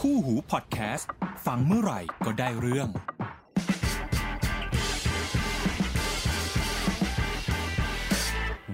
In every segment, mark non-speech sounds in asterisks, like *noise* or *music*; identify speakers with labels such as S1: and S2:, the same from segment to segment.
S1: คู่หูพอดแคสต์ ฟังเมื่อไหร่ก็ได้เรื่อง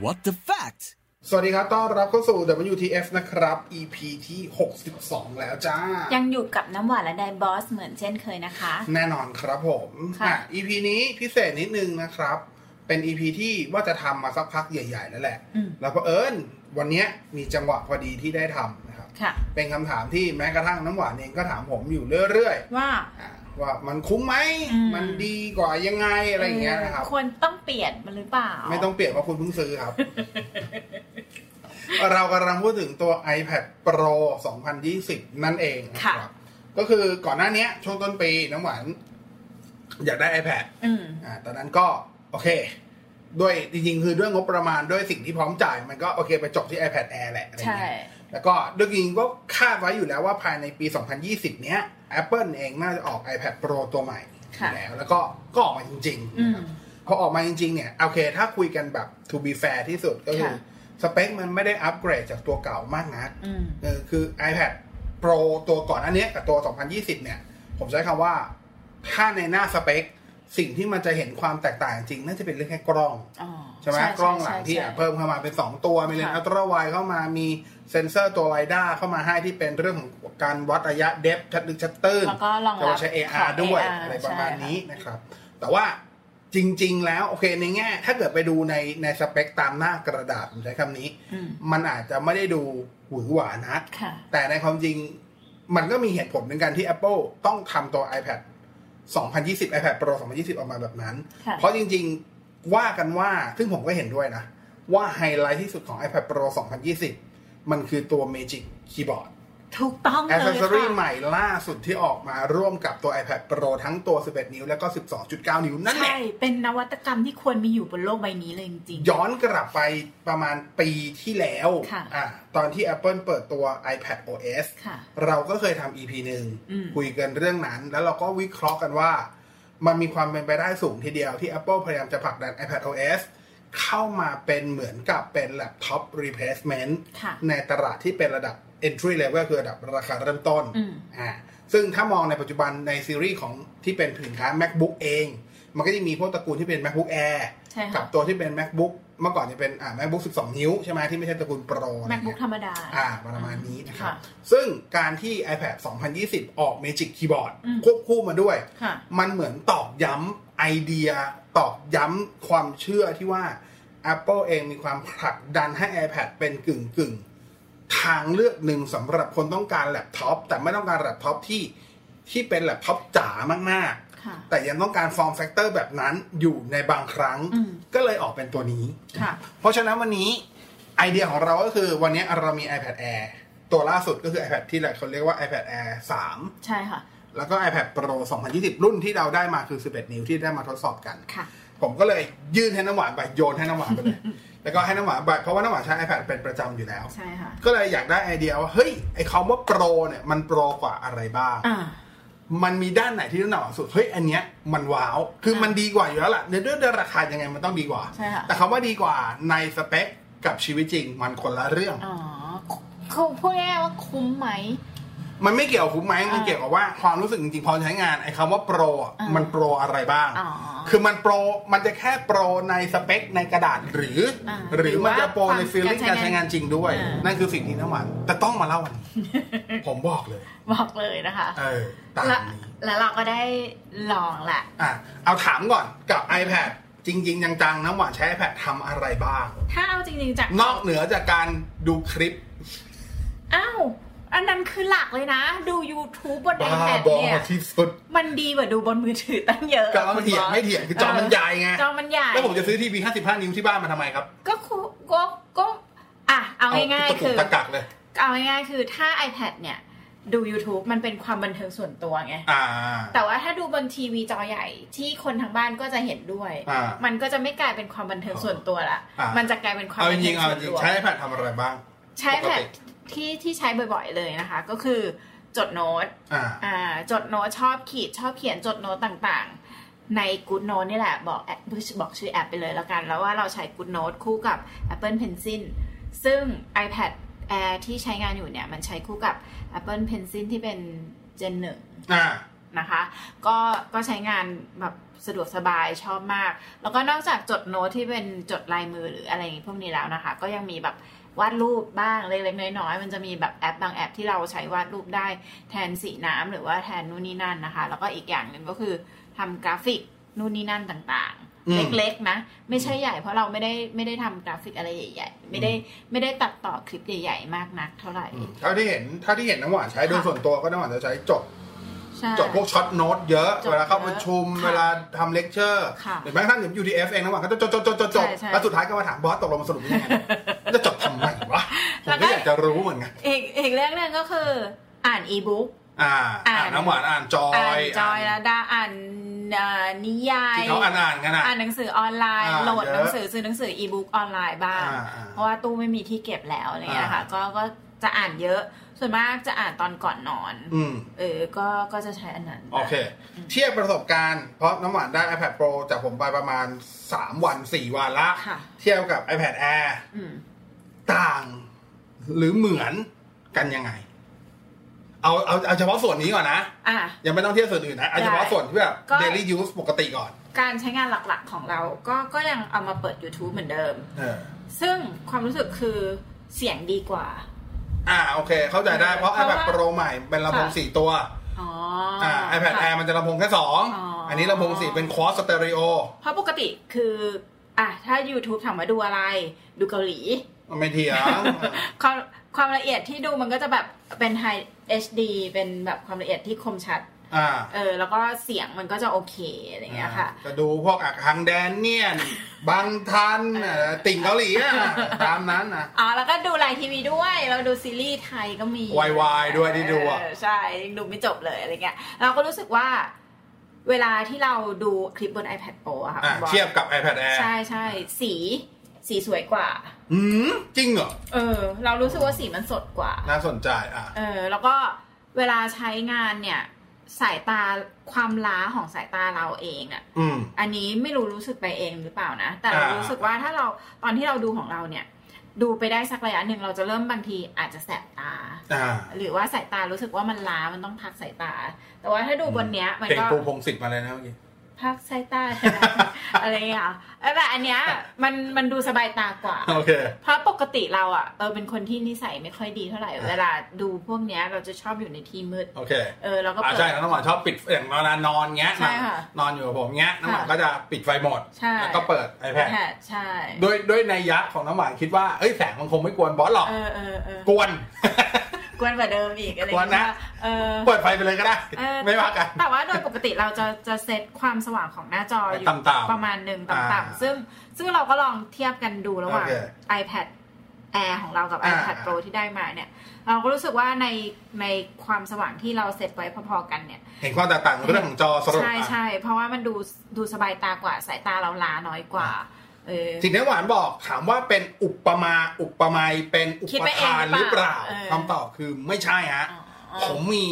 S1: What the fact
S2: สวัสดีครับ ต้อนรับเข้าสู่ WTF นะครับ EP ที่ 62 แล้วจ้า
S3: ยังอยู่กับน้ำหวานและไดบอสเหมือนเช่นเคยนะคะ
S2: แน่นอนครับผม
S3: ค่ะ
S2: อ่ EP นี้พิเศษนิดนึงนะครับ เป็น EP ที่ว่าจะทำมาสักพักใหญ่ๆแล้วแหละ
S3: อืม
S2: แล้วเพอเอิญวันเนี้ยมีจังหวะพอดีที่ได้ทำนะครับ
S3: ค่ะ
S2: เป็นคำถามที่แม้กระทั่งน้ำหวานเองก็ถามผมอยู่เรื่อย
S3: ว่า
S2: ๆอ่ะว่ามันคุ้มไหม
S3: อืม
S2: มันดีกว่ายังไงอะไรอย่างเงี้ยนะครับ
S3: ควรต้องเปลี่ยนมันหรือเปล่า
S2: ไม่ต้องเปลี่ยนเพราะคุณเพิ่งซื้อครับ เรากำลังพูดถึงตัว iPad Pro 2020 นั่นเองนะครับ ก็คือก่อนหน้าเนี้ย ช่วงต้นปีน้ำหวานอยากได้ iPad
S3: อืม
S2: อ่าตอนนั้นก็โอเค ด้วยจริงๆ คือด้วยงบประมาณด้วยสิ่งที่พร้อมจ่าย มันก็โอเคไปจบที่ iPad Air แหละอะไร
S3: ใช่
S2: เงี้ยแล้วก็ด้วยจริงๆก็คาดไว้อยู่แล้วว่าภายในปี 2020 เนี้ย Apple เองน่าจะออก iPad Pro ตัวใหม่อ
S3: ค่ะ
S2: ยู่แล้ว แล้วก็ก็ออกมาจริงๆ
S3: อื
S2: นะครับ พ
S3: ม
S2: อออกมาจริงๆ เนี่ย โอเค ถ้าคุยกันแบบ to be fair ที่สุดก็คือ
S3: ค่ะ
S2: สเปคมันไม่ได้อัปเกรดจากตัวเก่ามากนัก
S3: อืม
S2: เออคือ iPad Pro ตัวก่อนอันเนี้ยกับตัว 2020 เนี่ย ผมใช้คำว่า ถ้าในหน้าสเปค สิ่งที่มันจะเห็นความแตกต่างจริง น่าจะเป็นเรื่องแค่กล้อง
S3: อ๋อ
S2: ใช่ไหมกล้องหลังที่
S3: ใช่
S2: เพิ่มเข้ามาเป็น 2 ตัว มีเลนส์
S3: ค่ะ
S2: อัลตร้าไวเข้ามามีเซนเซอร์ตัวไรด้าเข้ามาให้ที่เป็นเรื่องของการวัดระยะเดฟชัดลึกชัดตื้น
S3: แล้วก็รอง
S2: แต่
S3: รั
S2: ว่า
S3: บ
S2: ใช้
S3: ข
S2: AR
S3: อง
S2: ด้วย
S3: AR
S2: อะไรประมาณ
S3: ใช่ค่
S2: นี้นะครับ แต่ว่าจริง ๆ แล้วโอเคในแง่ ถ้าเกิดไปดูในในสเปคตามหน้ากระดาษผมใช้คำนี้
S3: อืม
S2: มันอาจจะไม่ได้ดูหวือหวานัก
S3: ค่ะ
S2: แต่ในความจริงมันก็มีเหตุผลเหมือนกันที่ Apple ต้องทำตัว iPad 2020 iPad Pro 2020 ออกมาแบบนั้น
S3: ค่ะ
S2: เพราะจริง ๆ ว่ากันว่า ซึ่งผมก็เห็นด้วยนะ ว่าไฮไลท์ที่สุดของ iPad Pro 2020 มันคือตัว Magic Keyboard
S3: ถูกต้องเล
S2: แอ
S3: ย
S2: c
S3: ค
S2: เซสซอรี่
S3: ่ะ
S2: ใหม่ล่าสุดที่ออกมาร่วมกับตัว iPad Pro ทั้งตัว 11 นิ้ว แล้วก็ 12.9 นิ้ว นั่นแห
S3: ใช่
S2: ละ
S3: เป็นนวัตกรรมที่ควรมีอยู่บนโลกใบนี้เลยจริง
S2: ย้อนกลับไปประมาณปีที่แล้ว
S3: ค่ะ
S2: อ่าตอนที่ Apple เปิดตัว iPad OS
S3: ๆค่ะ
S2: เราก็เคยทำ EP หนึ่ง
S3: อืม
S2: คุยกันเรื่องนั้น แล้วเราก็วิเคราะห์กันว่า มันมีความเป็นไปได้สูงทีเดียวที่ Apple พยายามจะผลักดัน iPad OS เข้ามาเป็นเหมือนกับเป็นแล็ปท็อป replacement
S3: ค่ะ
S2: ในตลาดที่เป็นระดับ entry level คือระดับราคาเริ่มต้น
S3: อืม
S2: อ่าซึ่งถ้ามองในปัจจุบันในซีรีส์ของที่เป็นสินค้า MacBook เอง มันก็จะมีพวกตระกูลที่เป็น MacBook Air
S3: ใช่
S2: กั
S3: ค่ะ
S2: บตัวที่เป็น MacBook เมื่อก่อนจะเป็นอ่า MacBook 12 นิ้วใช่ไหมที่ไม่ใช่ตระกูล Pro อะไรเงี้ย
S3: MacBook ธรรมดา
S2: อ่าประมาณนี้นะครับ
S3: ค่ะ
S2: ซึ่งการที่ iPad 2020 ออก Magic Keyboard
S3: อืม
S2: ควบคู่มาด้วย
S3: ค่ะ
S2: มันเหมือนตอกย้ำไอเดีย ตอกย้ำความเชื่อที่ว่า Apple เองมีความผลักดันให้ iPad เป็นกึ่งกึ่งๆทางเลือกหนึ่งสำหรับคนต้องการแล็ปท็อป แต่ไม่ต้องการแล็ปท็อปที่ที่เป็นแล็ปท็อปจ๋ามาก
S3: ค่ะ
S2: ๆ แต่ยังต้องการฟอร์มแฟกเตอร์แบบนั้นอยู่ในบางครั้ง
S3: อืม
S2: ก็เลยออกเป็นตัวนี้
S3: ค่ะ
S2: เพราะฉะนั้นวันนี้ไอเดียของเราก็คือวันนี้เรามี iPad Air ตัวล่าสุดก็คือ iPad ที่หลายคนเรียกว่า iPad Air
S3: ใช่ค่ะ
S2: 3 แล้วก็ iPad Pro 2020 รุ่นที่เราได้มาคือ 11 นิ้วที่ได้มาทดสอบกัน
S3: ค่ะ
S2: ผมก็เลยยื่นให้น้ำหวานไปโยนให้น้ำหวานไปเลย *laughs* แล้วก็ให้น้ำหวานไปเพราะว่าน้ำหวานใช้ iPad เป็นประจำอยู่แล้ว
S3: ใช่ค่ะ
S2: ก็เลยอยากได้ไอเดียว่าเฮ้ยไอคำว่า Pro เนี่ยมัน Pro กว่าอะไรบ้าง
S3: อ่า
S2: มันมีด้านไหนที่น่าหนาวสุด เฮ้ย อันเนี้ยมันว้าว คือมันดีกว่าอยู่แล้วล่ะในเรื่องด้วยราคายังไงมันต้องดีกว่า
S3: ใช่ค่ะ
S2: แต่คำว่าดีกว่าในสเปคกับชีวิตจริง มันคนละเรื่อง
S3: อ๋อคือพูดง่ายๆว่าคุ้มไหม
S2: มันไม่เกี่ยวกับคุ้มไหมมัน
S3: อ่า
S2: เกี่ยวกับว่าความรู้สึกจริงๆพอใช้งานไอ้คำว่าโปรอ่ะ
S3: อ่ามั
S2: มันโปรอะไรบ้าง
S3: อ๋อ
S2: คือมันโปร มันจะแค่โปรในสเปคในกระดาษหรืออาหรือมันจะโปรในฟีลลิ่ง
S3: หรือว่า
S2: การใช้งานจริงด้วย
S3: อ่านั่
S2: นั่นคือสิ่งที่น้ำหวานแต่ต้องมาเล่าวันนี้ ผมบอกเลย
S3: บอกเลยนะคะ
S2: เออตาม
S3: และ
S2: นี้
S3: แล้วเราก็ได้ลองแหละ
S2: อ่ะเอาถามก่อนกับ iPad จริง ๆ จังๆน้ำหวานใช้ iPad ทำอะไรบ้าง
S3: ถ้าเอาจริงๆจาก
S2: นอกเหนือจากการดูคลิป
S3: อ้าวอันนั้นคือหลักเลยนะ ดู YouTube บนไอ
S2: บ้า
S3: แพด
S2: บอ
S3: เนี่ย
S2: ที่สุด
S3: มันดีกว่าดูบนมือถือตั้งเยอะ
S2: ก็ไม่
S3: คุณ
S2: เถียง
S3: บส
S2: ไม่เถียงคือจอมันใหญ่ไง
S3: จอมันใหญ่
S2: แล้วผมจะซื้อทีวี 55 นิ้วที่บ้านมาทำไมครับ
S3: ก็คุก็ก็อ่ะ เอาง่าย
S2: ตะ
S3: ๆ
S2: กุ
S3: คื
S2: ก
S3: อ
S2: ตะกักเลย
S3: เอาง่ายๆคือถ้า iPad เนี่ย ดู YouTube มันเป็นความบันเทิงส่วนตัวไง
S2: อ่า
S3: แต่ว่าถ้าดูบนทีวีจอใหญ่ที่คนทางบ้านก็จะเห็นด้วย
S2: อ่ามั
S3: มันก็จะไม่กลายเป็นความบันเทิงส่วนตัวละ
S2: อ่ามั
S3: มันจะกลายเป็นความ
S2: เอาจ
S3: บันเทิ
S2: ริ
S3: ง
S2: งๆเอา
S3: ส่วน
S2: จริง
S3: ตัว
S2: ๆใช้ iPad ทำอะไรบ้าง
S3: ใช้แพ
S2: ปก
S3: ท
S2: ติ
S3: ที่ที่ใช้บ่อยๆเลยนะคะ ก็คือจดโน้ต
S2: อ่า
S3: อ่าจดโน้ตชอบขีดชอบเขียนจดโน้ตต่างๆ ใน Good Note นี่แหละบอกแอปบอกชื่อแอปไปเลยแล้วกัน แล้วว่าเราใช้ Good Note คู่กับ Apple Pencil ซึ่ง iPad Air ที่ใช้งานอยู่เนี่ย มันใช้คู่กับ Apple Pencil ที่เป็น Gen หนึ่ง
S2: อ่า
S3: นะคะก็ก็ใช้งานแบบสะดวกสบายชอบมาก แล้วก็นอกจากจดโน้ตที่เป็นจดลายมือหรืออะไรพวกนี้แล้วนะคะ ก็ยังมีแบบวาดรูปบ้างเล็กๆน้อยๆมันจะมีแบบแอปบางแอปที่เราใช้วาดรูปได้แทนสีน้ำหรือว่าแทนนู่นนี่นั่นนะคะ แล้วก็อีกอย่างหนึ่งก็คือทำกราฟิกนู่นนี่นั่นต่าง
S2: อื
S3: ๆ
S2: ม
S3: เล็กๆนะ ไม่ใช่ใหญ่เพราะเราไม่ได้ไม่ได้ทำกราฟิกอะไรใหญ่ ๆ ไม่ได้ไม่ได้ตัดต่อคลิปใหญ่ ๆ มากนักเท่าไหร่
S2: อืมเท่าที่เห็นเท่าที่เห็นน้ำหวานใช้โดย
S3: ค่ะ
S2: ส่วนตัวก็น้ำหวานจะใช้จด
S3: ใช่
S2: จดพวกช็อตโน้ตเยอะ
S3: จด
S2: เวลาเข้าประชุม
S3: เยอะ
S2: เวลาทำเลคเชอร์
S3: ค่ะ
S2: หรือแม้กระทั่งอย่าง UDF เองน้ำหวานก็จะจดจดจดจดจด
S3: ใช่ใช่
S2: แล้วสุดท้ายก็มาถามบอสตกลงมาสรุปยังไงจะจดทำไมวะ ผม
S3: แล้วก็
S2: ก็อยากจะรู้เหมือนกัน
S3: อีกอีกเรื่องหนึ่งก็คืออ่านอีบุ๊ก
S2: อ่าอ่า
S3: อ่าน น
S2: น้ำหวานอ่านจอ
S3: อ่าย นจอย
S2: อ่า
S3: ละ
S2: น
S3: ดาอ่านเอ่อนิยาย
S2: ที่เขาอ่านอ่านๆกันอ่ะ
S3: อ่านหนังสือออนไลน์
S2: อ่า
S3: โหลด
S2: เยอะ
S3: หนังสือซื้อหนังสืออีบุ๊กออนไลน์บ้าง
S2: อ่าอ่า
S3: เพราะว่าตู้ไม่มีที่เก็บแล้วอะไรเงี้ยค่ะ
S2: อ่า
S3: ก็ก็จะอ่านเยอะ ส่วนมากจะอ่านตอนก่อนนอน
S2: อืม
S3: เออก็ก็จะใช้อันนั้น
S2: โอเค เทียบประสบการณ์ เพราะน้ำหวานได้ iPad Pro จากผมไปประมาณ 3 วัน 4 วันละ
S3: ค่ะ
S2: เทียบกับ iPad Air
S3: อืม
S2: ต่าง หรือเหมือนกันยังไง เอาเอาเอาเฉพาะส่วนนี้ก่อนนะ
S3: อ่ะ
S2: ยังไม่ต้องเทียบส่วนอื่นนะ เอาเฉพาะส่วนที่แบบ
S3: ก็
S2: daily use ปกติก่อน
S3: การใช้งานหลักๆของเรา ก็ก็ยังเอามาเปิด YouTube เหมือนเดิม
S2: เออ
S3: ซึ่งความรู้สึกคือเสียงดีกว่า
S2: อ่าโอเค เข้าใจได้ เพราะ
S3: เพราะว่า
S2: iPad Pro ใหม่เป็นลำโพงสี่ตัว
S3: อ๋ออ
S2: อ่า iPad Air มันจะลำโพงแค่สอง
S3: อ๋ออั
S2: อันนี้ลำโพงสี่เป็น Quad Stereo
S3: เพราะปกติคืออ่ะถ้า YouTube ถามว่าดูอะไร ดูเกาหลี
S2: ไม่เถียง
S3: *laughs* ความความละเอียดที่ดูมันก็จะแบบเป็น High HD เป็นแบบความละเอียดที่คมชัด
S2: อ่า
S3: เออ แล้วก็เสียงมันก็จะโอเคอะไรอย่างเงี้ยค่ะ
S2: จะดูพวกอักหังแดนเนี
S3: *laughs*
S2: ยน บางทันเอ่อติ่งเกาหลีอะตามนั้นนะ
S3: อ๋อ แล้วก็ดูไลน์ทีวีด้วย เราดูซีรีส์ไทยก็มี
S2: วายวายด้วยที่ดูอะ
S3: เออใช่ยังดูไม่จบเลยอะไรเงี้ย เราก็รู้สึกว่าเวลาที่เราดูคลิปบน iPad Pro อะค่ะ
S2: อ่ะ
S3: คุณบอส
S2: เทียบกับ iPad Air
S3: ใช่ใช่สีสีสวยกว่า
S2: หืมจริงเหรอ
S3: เออ เรารู้สึกว่าสีมันสดกว่า
S2: น่าสนใจอ่ะ
S3: เออแล้วก็เวลาใช้งานเนี่ย สายตาความล้าของสายตาเราเองอะ่ะ
S2: อืม
S3: อันนี้ไม่รู้รู้สึกไปเองหรือเปล่านะ แต่เรา
S2: อ่า
S3: รู้สึกว่าถ้าเราตอนที่เราดูของเราเนี่ย ดูไปได้สักระยะหนึ่งเราจะเริ่มบางทีอาจจะแสบตา
S2: อ่า
S3: หรือว่าสายตารู้สึกว่ามันล้ามันต้องพักสายตา แต่ว่าถ้าดูบนเนี้ยมัน
S2: เพลง
S3: ก็
S2: ปูพงศิษฐ์มาเลยนะเมื่อกี้
S3: พักสายต *laughs* า อะไรอย่างเงี้ยเหรอเออแต่อันเนี้ยมันมันดูสบายตากว่า
S2: โอเค
S3: เพราะปกติเราอ่ะเออเป็นคนที่นิสัยไม่ค่อยดีเท่าไหร่ เวลาดูพวกเนี้ยเราจะชอบอยู่ในที่มืด
S2: โอเค
S3: เออเราก็
S2: อ่า
S3: เปิด
S2: ใช่น้องหวานชอบปิดอย่างเวลานอนเงี้ย
S3: ใช่ค่ะ
S2: นอนอยู่กับผมเงี้ยน้องหวาน
S3: ค่ะ
S2: ก็จะปิดไฟหมด
S3: ใช่
S2: แล้วก็เปิด iPad
S3: แฮะใช่
S2: ด้วยด้วยในยยะของน้องหวานคิดว่า เอ้ยแสงมันคงไม่กวนบอสหรอก
S3: เออเออเออก
S2: วน
S3: กวนกว่าเดิมอีกอะไร
S2: กวนนะ
S3: เงี้ยเออ
S2: เปิดไฟไปเลยก็ได้
S3: เออ
S2: ไม่ว่ากัน
S3: แต่ว่าโดยปกติเราจะจะเซตความสว่างของหน้าจออยู่
S2: ต่ำๆ
S3: ประมาณหนึ่ง
S2: อ่า
S3: ต่ำๆซึ่งซึ่งเราก็ลองเทียบกันดูระหว่าง
S2: โอเค
S3: iPad Air ของเรากับ
S2: อ่า
S3: iPad Pro ที่ได้มาเนี่ย เราก็รู้สึกว่าในในความสว่างที่เราเซตไว้พอๆกันเนี่ย
S2: เห็นความแตกต่างเรื่องของจอสรุป
S3: ใช่
S2: อ่ะ
S3: ใช่เพราะว่ามันดูดูสบายตากว่าสายตาเราล้าน้อยกว่า เออ
S2: สิ่งที่หวานบอกถามว่าเป็นอุปมาอุปไมยเป็นอุ
S3: คิด
S2: ป
S3: ไปเอ
S2: ทาง น
S3: ห
S2: ห
S3: รื
S2: รือ อ
S3: เป
S2: เป
S3: ล่า
S2: ล่า
S3: เออ
S2: คำตอบคือไม่ใช่ฮะ
S3: อ๋อ
S2: ผมมี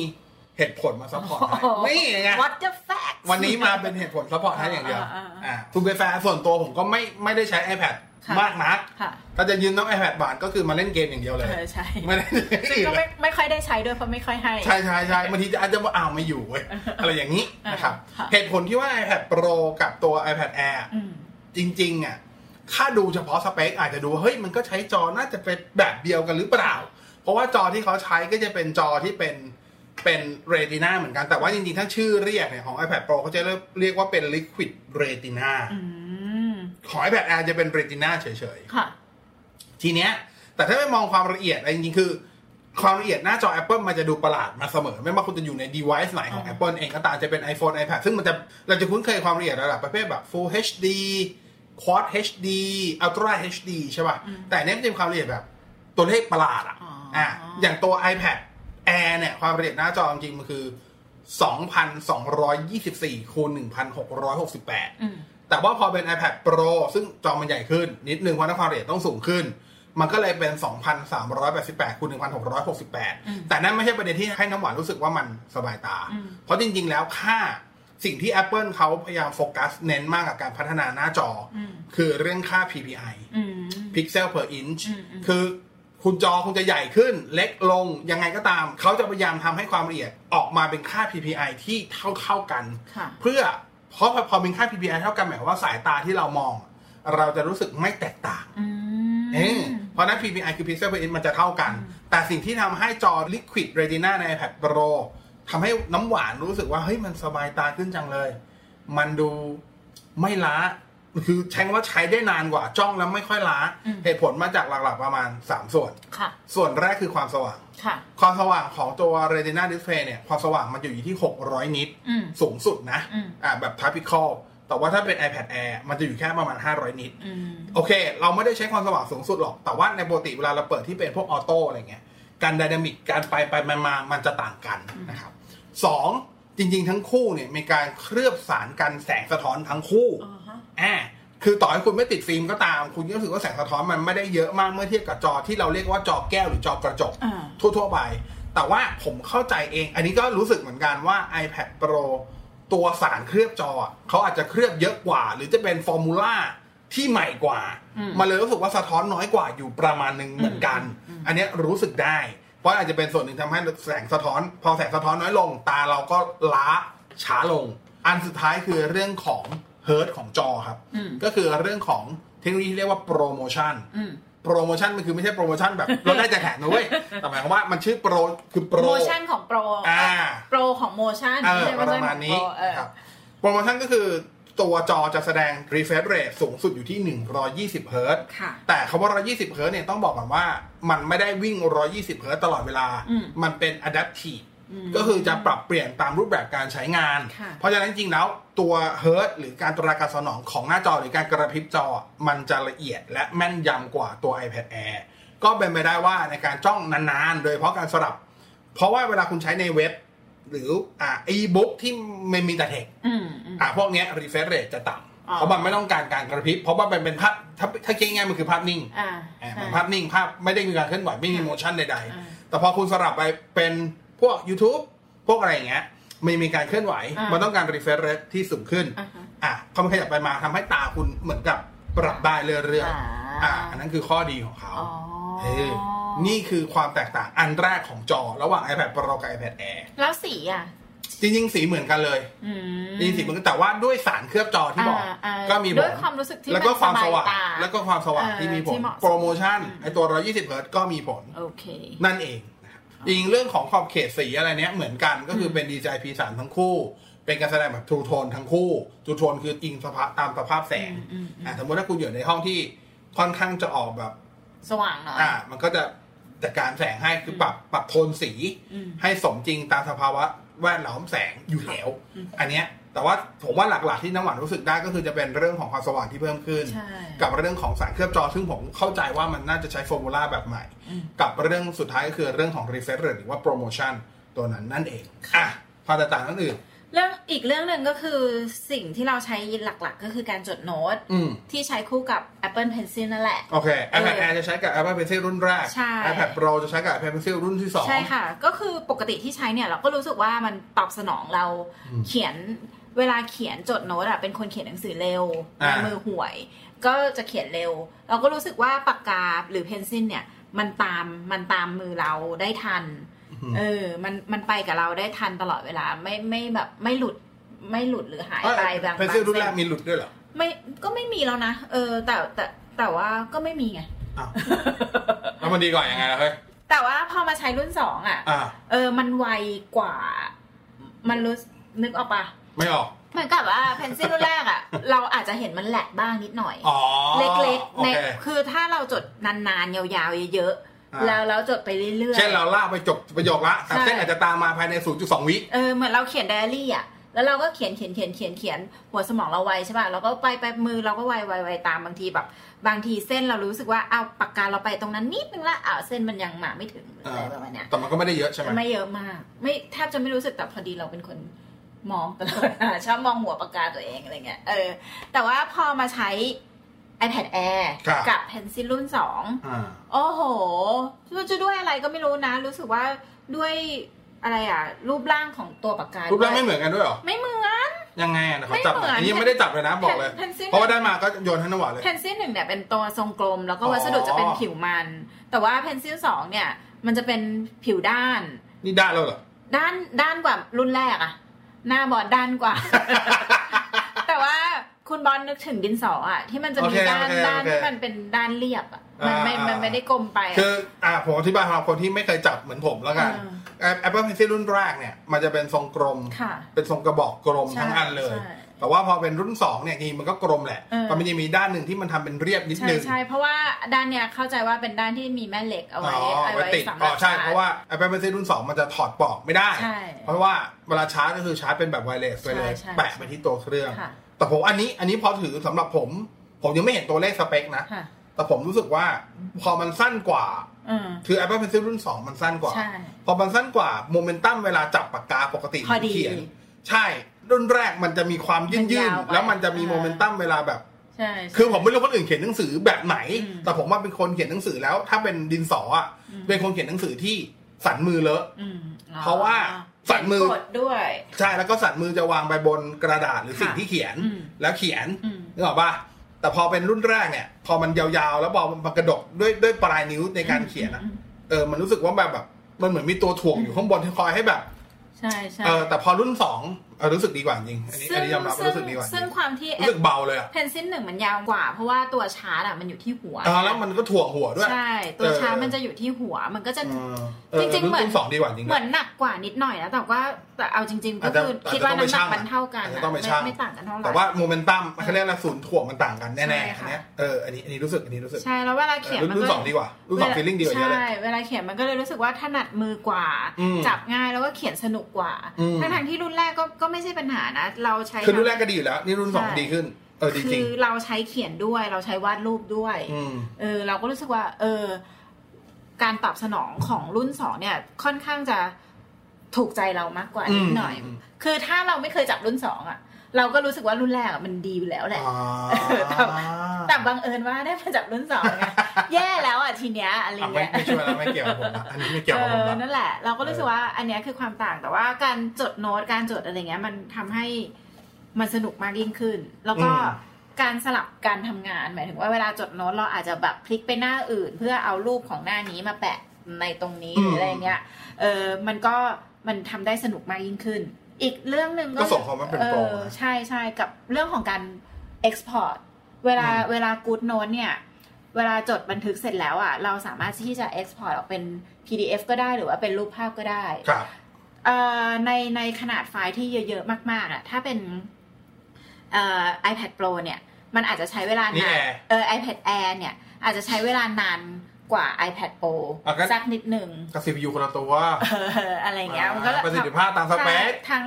S2: เหตุผลมาซัพพอร์ตให้
S3: โอ้โห
S2: นี่ไง
S3: What the fact
S2: วันนี้มาเป็นเหตุผลซัพพอร์ตให้อย่างเดียว
S3: อ่าอ่าอ่า
S2: อ่าคุณไปแฟร์ส่วนตัวผมก็ไม่ไม่ได้ใช้ iPad
S3: ค่ะ
S2: มากนัก
S3: ค่ะ
S2: ถ้าจะยืนน้อง iPad บานก็คือมาเล่นเกมอย่างเดียวเลย
S3: เออใช่
S2: ไม่ได้
S3: ซึ่งก็ไม่ไม่ค่อยได้ใช้ด้วยเพราะไม่ค่อยให้
S2: ใช่ใช่ใช่บางทีจะอาจจะว่าอ้าวไม่อยู่เว้ยอะไรอย่างนี้นะครับ
S3: ค่ะ
S2: เหตุผลที่ว่า iPad Pro กับตัว iPad Air
S3: อืม
S2: จริงๆอ่ะ ถ้าดูเฉพาะสเปคอาจจะดูว่าเฮ้ยมันก็ใช้จอน่าจะเป็นแบบเดียวกันหรือเปล่า เพราะว่าจอที่เขาใช้ก็จะเป็นจอที่เป็นเป็นเรตินาเหมือนกัน แต่ว่าจริงๆ ถ้าชื่อเรียกเนี่ยของ iPad Pro เขาจะเรียกว่าเป็น Liquid Retina
S3: อืม
S2: ของ iPad Air จะเป็น Retina เฉย
S3: ค่ะ
S2: ๆ ทีเนี้ย แต่ถ้าไปมองความละเอียดอะจริงๆ คือ ความละเอียดหน้าจอ Apple มันจะดูประหลาดมาเสมอ ไม่ว่าคุณจะอยู่ใน device ไหนของ
S3: อืม
S2: Apple เองก็ตามจะเป็น iPhone iPad ซึ่งมันจะเราจะคุ้นเคยความละเอียดระดับประเภทแบบ Full HD Quad HD Ultra HD ใช่ป่ะ
S3: อืม
S2: แต่อันเนี้ยมันจะเป็นความละเอียดแบบ ตัวเลขประหลาดอ่ะ
S3: อ๋ออ่
S2: อ่ะอย่างตัว iPad Air เนี่ย ความละเอียดหน้าจอจริงๆมันคือ 2,224คูณ1,668
S3: อืม
S2: แต่ว่าพอเป็น iPad Pro ซึ่งจอมันใหญ่ขึ้น นิดนึงเพราะความละเอียดต้องสูงขึ้น มันก็เลยเป็น 2,388คูณ
S3: อืม
S2: 1,668 แต่นั่นไม่ใช่ประเด็นที่ให้น้ำหวานรู้สึกว่ามันสบายตา
S3: อืม
S2: เพราะจริงๆ แล้วค่าสิ่งที่ Apple เขาพยายามโฟกัสเน้นมากกับการพัฒนาหน้าจออ
S3: อืม
S2: คือเรื่องค่า PPI
S3: อืม
S2: Pixel per inch
S3: อืมอืม
S2: คือ คุณจอคงจะใหญ่ขึ้น เล็กลงยังไงก็ตาม เขาจะพยายามทำให้ความละเอียดออกมาเป็นค่า PPI ที่เท่าๆกัน
S3: ค่ะ
S2: เพื่อเพราะพอเป็นค่า PPI เท่ากันหมายความว่าสายตาที่เรามอง เราจะรู้สึกไม่แตกต่าง
S3: อืม
S2: เออเพราะฉะนั้น PPI คือ pixel per inch มันจะเท่ากัน แต่สิ่งที่ทำให้จอ Liquid Retina ใน iPad Pro ทำให้น้ำหวานรู้สึกว่า เฮ้ย มันสบายตาขึ้นจังเลย มันดูไม่ล้า คือใช้คำว่าใช้ได้นานกว่าจ้องแล้วไม่ค่อยล้า
S3: อืม
S2: เหตุผลมาจากหลักๆประมาณ 3 ส่วน
S3: ค่ะ
S2: ส่วนแรกคือความสว่าง
S3: ค่ะ
S2: ความสว่างของตัว Retina Display เนี่ย ความสว่างมันจะอยู่ที่ 600 นิต
S3: อืม
S2: สูงสุดนะ
S3: อืม
S2: อ่าแบบ typical แต่ว่าถ้าเป็น iPad Air มันจะอยู่แค่ประมาณ 500 นิต
S3: อืม
S2: โอเค เราไม่ได้ใช้ความสว่างสูงสุดหรอก แต่ว่าในปกติเวลาเราเปิดที่เป็นพวกออโต้อะไรเงี้ย การไดินามิก การไปไปมามามันจะต่างกันนะครับสองจริงๆ ทั้งคู่เนี่ยมีการเคลือบสารกันแสงสะท้อนทั้งคู่
S3: อ๋อฮะ
S2: อ่าคือต่อให้คุณไม่ติดฟิล์มก็ตาม คุณก็รู้สึกว่าแสงสะท้อนมันไม่ได้เยอะมากเมื่อเทียบกับจอที่เราเรียกว่าจอแก้วหรือจอกระจก
S3: อ่า
S2: ทั่วๆไป แต่ว่าผมเข้าใจเอง อันนี้ก็รู้สึกเหมือนกันว่า iPad Pro ตัวสารเคลือบจอ เขาอาจจะเคลือบเยอะกว่า หรือจะเป็นฟอร์มูล่าที่ใหม่กว่า
S3: อืม
S2: มันเลยรู้สึกว่าสะท้อนน้อยกว่าอยู่ประมาณหนึ่งเหมือนกัน อันเนี้ยรู้สึกได้ เพราะอาจจะเป็นส่วนหนึ่งทำให้แสงสะท้อน พอแสงสะท้อนน้อยลง ตาเราก็ล้าช้าลง อันสุดท้ายคือเรื่องของเฮิร์ตของจอครับ
S3: อืม
S2: ก็คือเรื่องของเทคโนโลยีที่เรียกว่าโปรโมชั่น
S3: อืม
S2: โปรโมชั่นมันคือไม่ใช่โปรโมชั่นแบบ
S3: *laughs*
S2: เราได้จากแถมนะเว้ยแต่หมายความว่ามันชื่อโปรคือโปร
S3: โมชั่นของโปร
S2: อ่า
S3: โปรของโมชั่น
S2: เออ
S3: ไใช่
S2: ป
S3: ว่
S2: ระมาณนี้
S3: โปเออ
S2: ครับโปรโมชั่นก็คือตัวจอจะแสดง refresh rate สูงสุดอยู่ที่ 120 h z
S3: ค่ะ
S2: แต่คำว่า 120 h z เนี่ยต้องบอกก่อนว่ามันไม่ได้วิ่ง 120 h z ตลอดเวลา
S3: อืม
S2: มันเป็น adaptive
S3: อืม
S2: ก็คือจะปรับเปลี่ยนตามรูปแบบการใช้งาน
S3: ค่ะ
S2: เพราะฉะนั้นจริงๆแล้วตัว h z หรือการตราการสนองของหน้าจอหรือการกระพริบจอ มันจะละเอียดและแม่นยำกว่าตัว iPad Air ก็เป็นไปได้ว่าในการจ้องนานๆ โดยเฉพาะการสลับ เพราะว่าเวลาคุณใช้ในเว็บ หรืออ่า e-book ที่ไม่มีแต่เทค
S3: อืมอืม
S2: อ่ะพวกเนี้ย refresh rate จะต่ำ
S3: อ๋อ
S2: เพราะมันไม่ต้องการการกระพริบเพราะว่ามันเป็นภาพถ้าถ้าคิดง่ายๆมันคือภาพนิ่ง
S3: อ่า
S2: อ่ะ
S3: ใช่
S2: มันภาพนิ่งภาพไม่ได้มีการเคลื่อนไหวไม่มี
S3: ค่ะ
S2: โมชั่นใด
S3: อ่า
S2: ๆ แต่พอคุณสลับไปเป็นพวก YouTube พวกอะไรอย่างเงี้ยไม่มีการเคลื่อนไหว
S3: อ่ามั
S2: มันต้องการ refresh rate ที่สูงขึ้น
S3: อ่าฮะ
S2: อ่ะพอมันขยับไปมาทำให้ตาคุณเหมือนกับปรับได้เรื่อย
S3: อ่า
S2: ๆอ่ะอันนั้นคือข้อดีของเขา
S3: อ๋อ
S2: เออ นี่คือความแตกต่างอันแรกของจอ ระหว่าง iPad Pro กับ iPad Air
S3: แล้วสีอ่ะ
S2: จริงๆสีเหมือนกันเลย
S3: อืม
S2: นี่สิมันก็แต่ว่าด้วยสารเคลือบจอที่บอก
S3: อ่าอ่า
S2: ก็มีผ
S3: ด้ว
S2: ล
S3: ยความรู้สึกที่
S2: แล้วก็ความ
S3: มัน
S2: ส
S3: สบาย
S2: ว่าง
S3: ตา
S2: แล้วก็ความสว่าง
S3: เออ
S2: ที่มีผ
S3: ที่
S2: ล
S3: เหมาะสม
S2: โปรโมชั่น
S3: อืม
S2: ไอตัว 120เฮิร์ตซ์ก็มีผล
S3: โอเค
S2: นั่นเองนะครับจริงเรื่องของขอบเขตสีอะไรเนี้ยเหมือนกันก็คือเป็นดีไซน์พีสามทั้งคู่ เป็นการแสดงแบบทูโทนทั้งคู่ทูโทนคืออิงสภาพตามสภาพแสง
S3: อืมอืมอืม
S2: อ่ะสมมติถ้าคุณอยู่ในห้องที่ค่อนข้างจะออกแบบ
S3: สว่างเหรออ
S2: อ่ามันก็จะจัดการแสงให้คือปรับปรับโทนสี
S3: อืม
S2: ให้สมจริงตามสภาวะแวดล้อมแสงอยู่แล้ว อันเนี้ยแต่ว่าผมว่าหลักๆที่น้ำหวานรู้สึกได้ก็คือจะเป็นเรื่องของความสว่างที่เพิ่มขึ้น
S3: ใช่
S2: กับเรื่องของสารเคลือบจอ ซึ่งผมเข้าใจว่ามันน่าจะใช้ฟอร์มูลาแบบใหม่
S3: อืม
S2: กับเรื่องสุดท้ายก็คือเรื่องของ refresh rate หรือว่าโปรโมชั่นตัวนั้นนั่นเองอ่ะความแตกต่างนั่นอื่น
S3: เรื่องอีกเรื่องหนึ่งก็คือสิ่งที่เราใช้หลักๆ ก็คือการจดโน้ต
S2: อืม
S3: ที่ใช้คู่กับ Apple Pencil นั่นแหละ
S2: โอเค iPad Air จะใช้กับ Apple Pencil รุ่นแรก
S3: ใช่
S2: iPad Pro จะใช้กับ Apple Pencil รุ่นที่สอง
S3: ใช่ค่ะ ก็คือปกติที่ใช้เนี่ย เราก็รู้สึกว่ามันตอบสนองเรา
S2: อืม
S3: เขียนเวลาเขียนจดโน้ตอะเป็นคนเขียนหนังสือเร็ว
S2: อ่า
S3: ลายมือห่วย ก็จะเขียนเร็ว เราก็รู้สึกว่าปากกาหรือเพนซิลเนี่ย มันตามมันตามมือเราได้ทัน
S2: อือหือ
S3: เออ มันมันไปกับเราได้ทันตลอดเวลาไม่ไม่แบบไม่หลุดไม่หลุดหรือหายไปบาง
S2: เพน
S3: บาง
S2: ซิลรุ่นแรก
S3: เส้น
S2: มีหลุดด้วยเหรอ
S3: ไม่ก็ไม่มีแล้วนะเออ แต่แต่แต่ว่าก็ไม่มีไง
S2: อ้าวแล้วมันดีกว่ายังไงล่ะเฮ้ย
S3: แต่ว่าพอมาใช้รุ่นสองอ่ะ
S2: อ่า
S3: เออ มันไวกว่า มันรู้สึกนึกออกปะ
S2: ไม่ออก
S3: เหมือนกับว่าเพนซิลรุ่นแรก
S2: *laughs*
S3: อะ เราอาจจะเห็นมันแหลกบ้างนิดหน่อย
S2: อ๋อ
S3: เล็ก
S2: โอ
S3: ๆใน
S2: เค
S3: คือถ้าเราจดนานๆ ยาวๆ เยอะ
S2: อ่า
S3: ๆ แล้วแล้วจดไปเรื่อย
S2: เช่นเราลากไปจบประโยคละแต่
S3: ใช่
S2: เส้นอาจจะตามมาภายใน 0.2 วิ
S3: เออ เหมือนเราเขียนไดอารี่อะแล้วเราก็เขียนเขียนเขียนเขียนเขียนหัวสมองเราไวใช่ป่ะเราก็ไปไปมือเราก็ไวไวไวตามบางทีแบบ บางทีเส้นเรารู้สึกว่าเอาปากกาเราไปตรงนั้นนิดนึงละอ้าวเส้นมันยังมาไม่ถึงหรืออะไรประมาณเนี้ย
S2: แต่มันก็ไม่ได้เยอะใช่ไหม
S3: ไม่เยอะมาก ไม่แทบจะไม่รู้สึกแต่พอดีเราเป็นคนมองตลอด *laughs* ชอบมองหัวปากกาตัวเองอะไรเงี้ยเออ แต่ว่าพอมาใช้ iPad Air
S2: ครับ
S3: กับ Pencil รุ่น 2
S2: อ่า
S3: โอ้โหจะด้วยอะไรก็ไม่รู้นะ รู้สึกว่าด้วย อะไรอ่ะ รูปร่างของตัวปากกา
S2: รูปร่าง
S3: ด้
S2: ไม่
S3: วย
S2: เหมือนกันด้วยเหรอ
S3: ไม่เหมือน
S2: ยังไงอ่ะนะขอจับหน่อยอัน
S3: ไม่เหมือน
S2: นี้ยังไม่ได้จับเลยนะบอก
S3: *laughs*
S2: เลย
S3: เพนซิล
S2: เพราะว่าได้มาก็โยนให้นำหวานเลย
S3: เพนซิลหนึ่งเนี่ยเป็นตัวทรงกลม แล้วก็
S2: อ๋อ
S3: วัสดุจะเป็นผิวมัน แต่ว่าเพนซิลสองเนี่ย มันจะเป็นผิวด้าน
S2: นี่ได้แล้วเหรอ
S3: ด้านด้านกว่ารุ่นแรกอะหน้าบอดด้านกว่า *laughs* แต่ว่าคุณบอลนึกถึงดินสออะที่มันจะมี
S2: โอเค
S3: ด้าน
S2: โอเค
S3: ด้าน
S2: โอเค
S3: ที่มันเป็นด้านเรียบอะมันไม่
S2: อ่ามั
S3: มันไม่ได้กลมไปอะ
S2: คืออ่าผมอธิบายสำหรับคนที่ไม่เคยจับเหมือนผมแล้วกัน
S3: อืม
S2: Apple Pencil รุ่นแรกเนี่ย มันจะเป็นทรงกลม
S3: ค่ะ
S2: เป็นทรงกระบอกกลม
S3: ใช่
S2: ทั้งอันเลย
S3: ใช่
S2: แต่ว่าพอเป็นรุ่นสองเนี่ยจริงๆมันก็กลมแหละ
S3: เออ
S2: แต่มันยังมีด้านหนึ่งที่มันทำเป็นเรียบนิด
S3: ใช่
S2: นึง
S3: ใช่เพราะว่าด้านเนี้ยเข้าใจว่าเป็นด้านที่มีแม่เหล็กเอาไว้
S2: อ๋อ
S3: เอา
S2: ไว้
S3: ไว้
S2: ติด
S3: สำห
S2: อ๋
S3: รั
S2: อบ ใช่ เพราะว่า Apple Pencil รุ่น 2 มันจะถอดปลอกไม่ได้
S3: ใช่
S2: เพราะว่าเวลาชาร์จก็คือชาร์จเป็นแบบไวเลสไปเลย
S3: ใช่ใช่
S2: แปะไปที่ตัวเครื่อง
S3: ค่ะ
S2: แต่ผมอันนี้อันนี้พอถือสำหรับผม ผมยังไม่เห็นตัวเลขสเปคนะ
S3: ค่ะ
S2: แต่ผมรู้สึกว่าพอมันสั้นกว่า
S3: อืม
S2: คือ Apple Pencil รุ่น 2 มันสั้นกว่า
S3: ใช่
S2: พอมันสั้นกว่าโมเมนตัมเวลาจับปากกาปกติ
S3: พอดี
S2: เขีนใช่ รุ่นแรกมันจะมีความยืด
S3: มัน
S2: ยื
S3: ยา
S2: ด
S3: วไป
S2: แล้วมันจะมี
S3: อ่า
S2: โมเมนตัมเวลาแบบ
S3: ใช่ใช่
S2: คือผมไม่รู้คนอื่นเขียนหนังสือแบบไหน
S3: อืม
S2: แต่ผมว่าเป็นคนเขียนหนังสือแล้ว ถ้าเป็นดินสออ่ะ
S3: อืม
S2: เป็นคนเขียนหนังสือที่สันมือเลอะ
S3: อืมอ๋อ
S2: เพราะว่าฝังมือ
S3: กดด้วย
S2: ใช่แล้วก็สันมือจะวางไปบนกระดาษหรือ
S3: ค่ะ
S2: สิ่งที่เขียน
S3: อืม
S2: แล้วเขียน
S3: อืม
S2: นึกออกปะแต่พอเป็นรุ่นแรกเนี่ย พอมันยาวๆ แล้วพอมันกระดกด้วยด้วยปลายนิ้วในการเขียนอ่ะ
S3: อืม
S2: เออมันรู้สึกว่าแบบแบบมันเหมือนมีตัวถ่วงอยู่ข้างบนที่คอยให้แบบ
S3: ใช่ใช่
S2: เออแต่พอรุ่นสองเออรู้สึกดีกว่าจริงอันนี้อันนี้ยอมรับว่ารู้สึกดีกว่าจ
S3: ซึ่ง
S2: ริง
S3: ความที่
S2: รู้สึกเบาเลยอ่ะ
S3: เพนซิลหนึ่งมันยาวกว่า เพราะว่าตัวชาร์จอะมันอยู่ที่หัว
S2: อ่าแล้วมันก็ถ่วงหัวด้วย
S3: ใช่ ตัว
S2: เออ
S3: ชาร์จมันจะอยู่ที่หัวมันก็จะ
S2: เออ
S3: จริงๆเหมือน
S2: นสองดีกว่าจริงๆ
S3: เหมือนหนักกว่านิดหน่อยนะแต่ว่าแต่เอาจริง ๆ ก็
S2: อาจจะ
S3: คือคิดว่า
S2: อาจจะต้องไปชั่ง
S3: น้ำหนักมันเท่ากัน
S2: อาจ
S3: อะ
S2: จะต้องไปชั่
S3: ไม่
S2: ง
S3: ไม่ต่างกันเท่าไหร่
S2: แต่ว่าโมเมนตัมเขาเรียกอะไรศูนย์ถ่วงมันต่างกันแน่ๆอัน
S3: ใช่ค่ะ
S2: เนี้ยเอออันนี้อันนี้รู้สึกอันนี้รู้สึก
S3: ใช่แล้วเวลา
S2: เอ
S3: เขี
S2: อ
S3: ย
S2: น รุ่น
S3: มัน
S2: รุ่น
S3: ก็
S2: สองดีกว่า รุ่นสองฟีลลิ่งดีกว่าเยอะเลย
S3: ใช่เวลาเขียนมันก็เลยรู้สึกว่าถนัดมือกว่า
S2: อืม
S3: จับง่ายแล้วก็เขียนสนุกกว่า
S2: อืม
S3: ทั้งๆที่รุ่นแรกก็ก็ไม่ใช่ปัญหานะเราใช้
S2: คือรุ่นแรกก็ดีอยู่แล้ว นี่รุ่นสอง
S3: ใช่
S2: ดีขึ้น เออดีจ
S3: คื
S2: ริง
S3: อเราใช้เขียนด้วยเราใช้วาดรูปด้วย
S2: อืม
S3: เออเราก็รู้สึกว่า เออ การตอบสนองของรุ่นสองเนี่ย ค่อนข้างจะถูกใจเรามากกว่านิดหน่อย
S2: อืม
S3: คือถ้าเราไม่เคยจับรุ่นสองอะเราก็รู้สึกว่ารุ่นแรกอะมันดีอยู่แล้วแหละ
S2: อ่า
S3: แต่ แต่บังเอิญว่าได้มาจับรุ่นสองไง แย่แล้วอ่ะทีเนี้ยอะไร
S2: อ่ะไม่
S3: เงี้ย
S2: ไม่ช่วยแล้วไม่เกี่ยวกับผมละอันนี้ไม่เกี่ยว
S3: เอ
S2: กับผม
S3: อ
S2: ละ
S3: นั่นแหละ เราก็รู้สึกว่า อันเนี้ยคือความต่างแต่ว่าการจดโน้ตการจดอะไรเงี้ย มันทำให้มันสนุกมากยิ่งขึ้น แล้วก็
S2: อืม
S3: การสลับการทำงานหมายถึงว่าเวลาจดโน้ตเราอาจจะแบบพลิกไปหน้าอื่น เพื่อเอารูปของหน้านี้มาแปะในตรงนี้หรืออะไรเงี้ยเออมันก็มันทำได้สนุกมากยิ่งขึ้น อีกเรื่องหนึ่งก็
S2: ก็ส่งเขามาเป็นโปร
S3: เออ
S2: นะ
S3: ใช่ใช่กับเรื่องของการ export เวลา
S2: อืม
S3: เวลา good note เนี่ย เวลาจดบันทึกเสร็จแล้วอ่ะ เราสามารถที่จะ export ออกเป็น PDF ก็ได้หรือว่าเป็นรูปภาพก็ได้
S2: ครับ
S3: เอ่อในในขนาดไฟล์ที่เยอะๆ มาก ๆ อ่ะ ถ้าเป็นเอ่อ iPad Pro เนี่ย มันอาจจะใช้เวลา
S2: นี่
S3: นาน
S2: Air
S3: เออ iPad Air เนี่ย อาจจะใช้เวลานานกว่า iPad Pro
S2: อ่ะก็
S3: สักนิดหนึ่ง *laughs*
S2: กับ CPU คนละตัว
S3: เอออะไรอย่างเงี้ยมันก็
S2: ประสิทธิภาพตามสเปค
S3: ใช่ทั้ง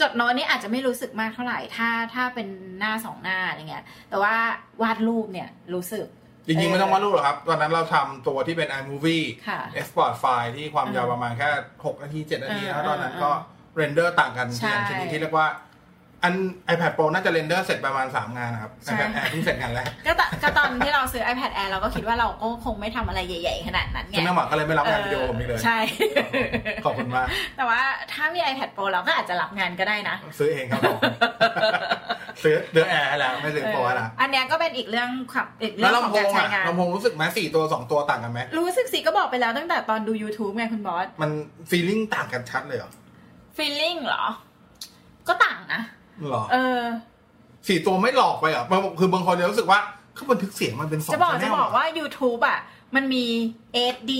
S3: จดโน้ตนี่อาจจะไม่รู้สึกมากเท่าไหร่ ถ้าถ้าเป็นหน้าสองหน้าอะไรเงี้ย แต่ว่าวาดรูปเนี่ยรู้สึก
S2: จริงๆไม่ต้องวาดรูปหรอกครับ ตอนนั้นเราทำตัวที่เป็น iMovie
S3: ค่ะ
S2: export ไฟล์ที่ความยาว
S3: อืม
S2: ประมาณแค่ 6 นาที 7 นาที
S3: เออ
S2: แล้วตอนนั้น
S3: เออ
S2: ก็เรนเดอร์ต่างกัน
S3: ใช่
S2: อย่างชนิดที่เรียกว่า อัน iPad Pro น่าจะเรนเดอร์เสร็จประมาณ 3 งานนะครับ
S3: ใช่
S2: iPad Air เพิ่งเสร็จงานแรก
S3: ก็ตอนก็ตอนที่เราซื้อ iPad Air เราก็คิดว่าเราก็คงไม่ทำอะไรใหญ่ ๆ ขนาดนั้นไง
S2: ซึ่งน้ำหมาก็เลยไม่รับงานวิดีโอผมอีกเลย
S3: ใช่
S2: ขอบคุณมาก
S3: แต่ว่าถ้ามี iPad Pro เราก็อาจจะรับงานก็ได้นะ
S2: ซื้อเองครับผม
S3: *laughs*
S2: ซื้อเดือแอร์แล้วไม่ซื้อโปรแล้ว
S3: เอออันเนี้ยก็เป็นอีกเรื่องขับอีกเรื่
S2: แล้
S3: อ
S2: วลำ
S3: งของ
S2: โพ
S3: การ
S2: ง
S3: ใช้
S2: อะ
S3: งาน
S2: ลำโพงรู้สึกไหมสี่ตัวสองตัวต่างกันไหม
S3: รู้สึกสิก็บอกไปแล้วตั้งแต่ตอนดู YouTube ไงคุณบอส
S2: มันฟีลิ่งต่างกันชัดเลยเหรอ
S3: ฟีลลิ่งเหรอ ก็ต่างนะ
S2: หรอ
S3: เออ
S2: สี่ตัวไม่หลอกไปเหรอบางคือบางคนจะรู้สึกว่าเขาบันทึกเสียงมันเป็นสอง
S3: จะบอก
S2: แน
S3: จะ
S2: ล
S3: บอกว่า YouTube อ่ะ มันมี 8D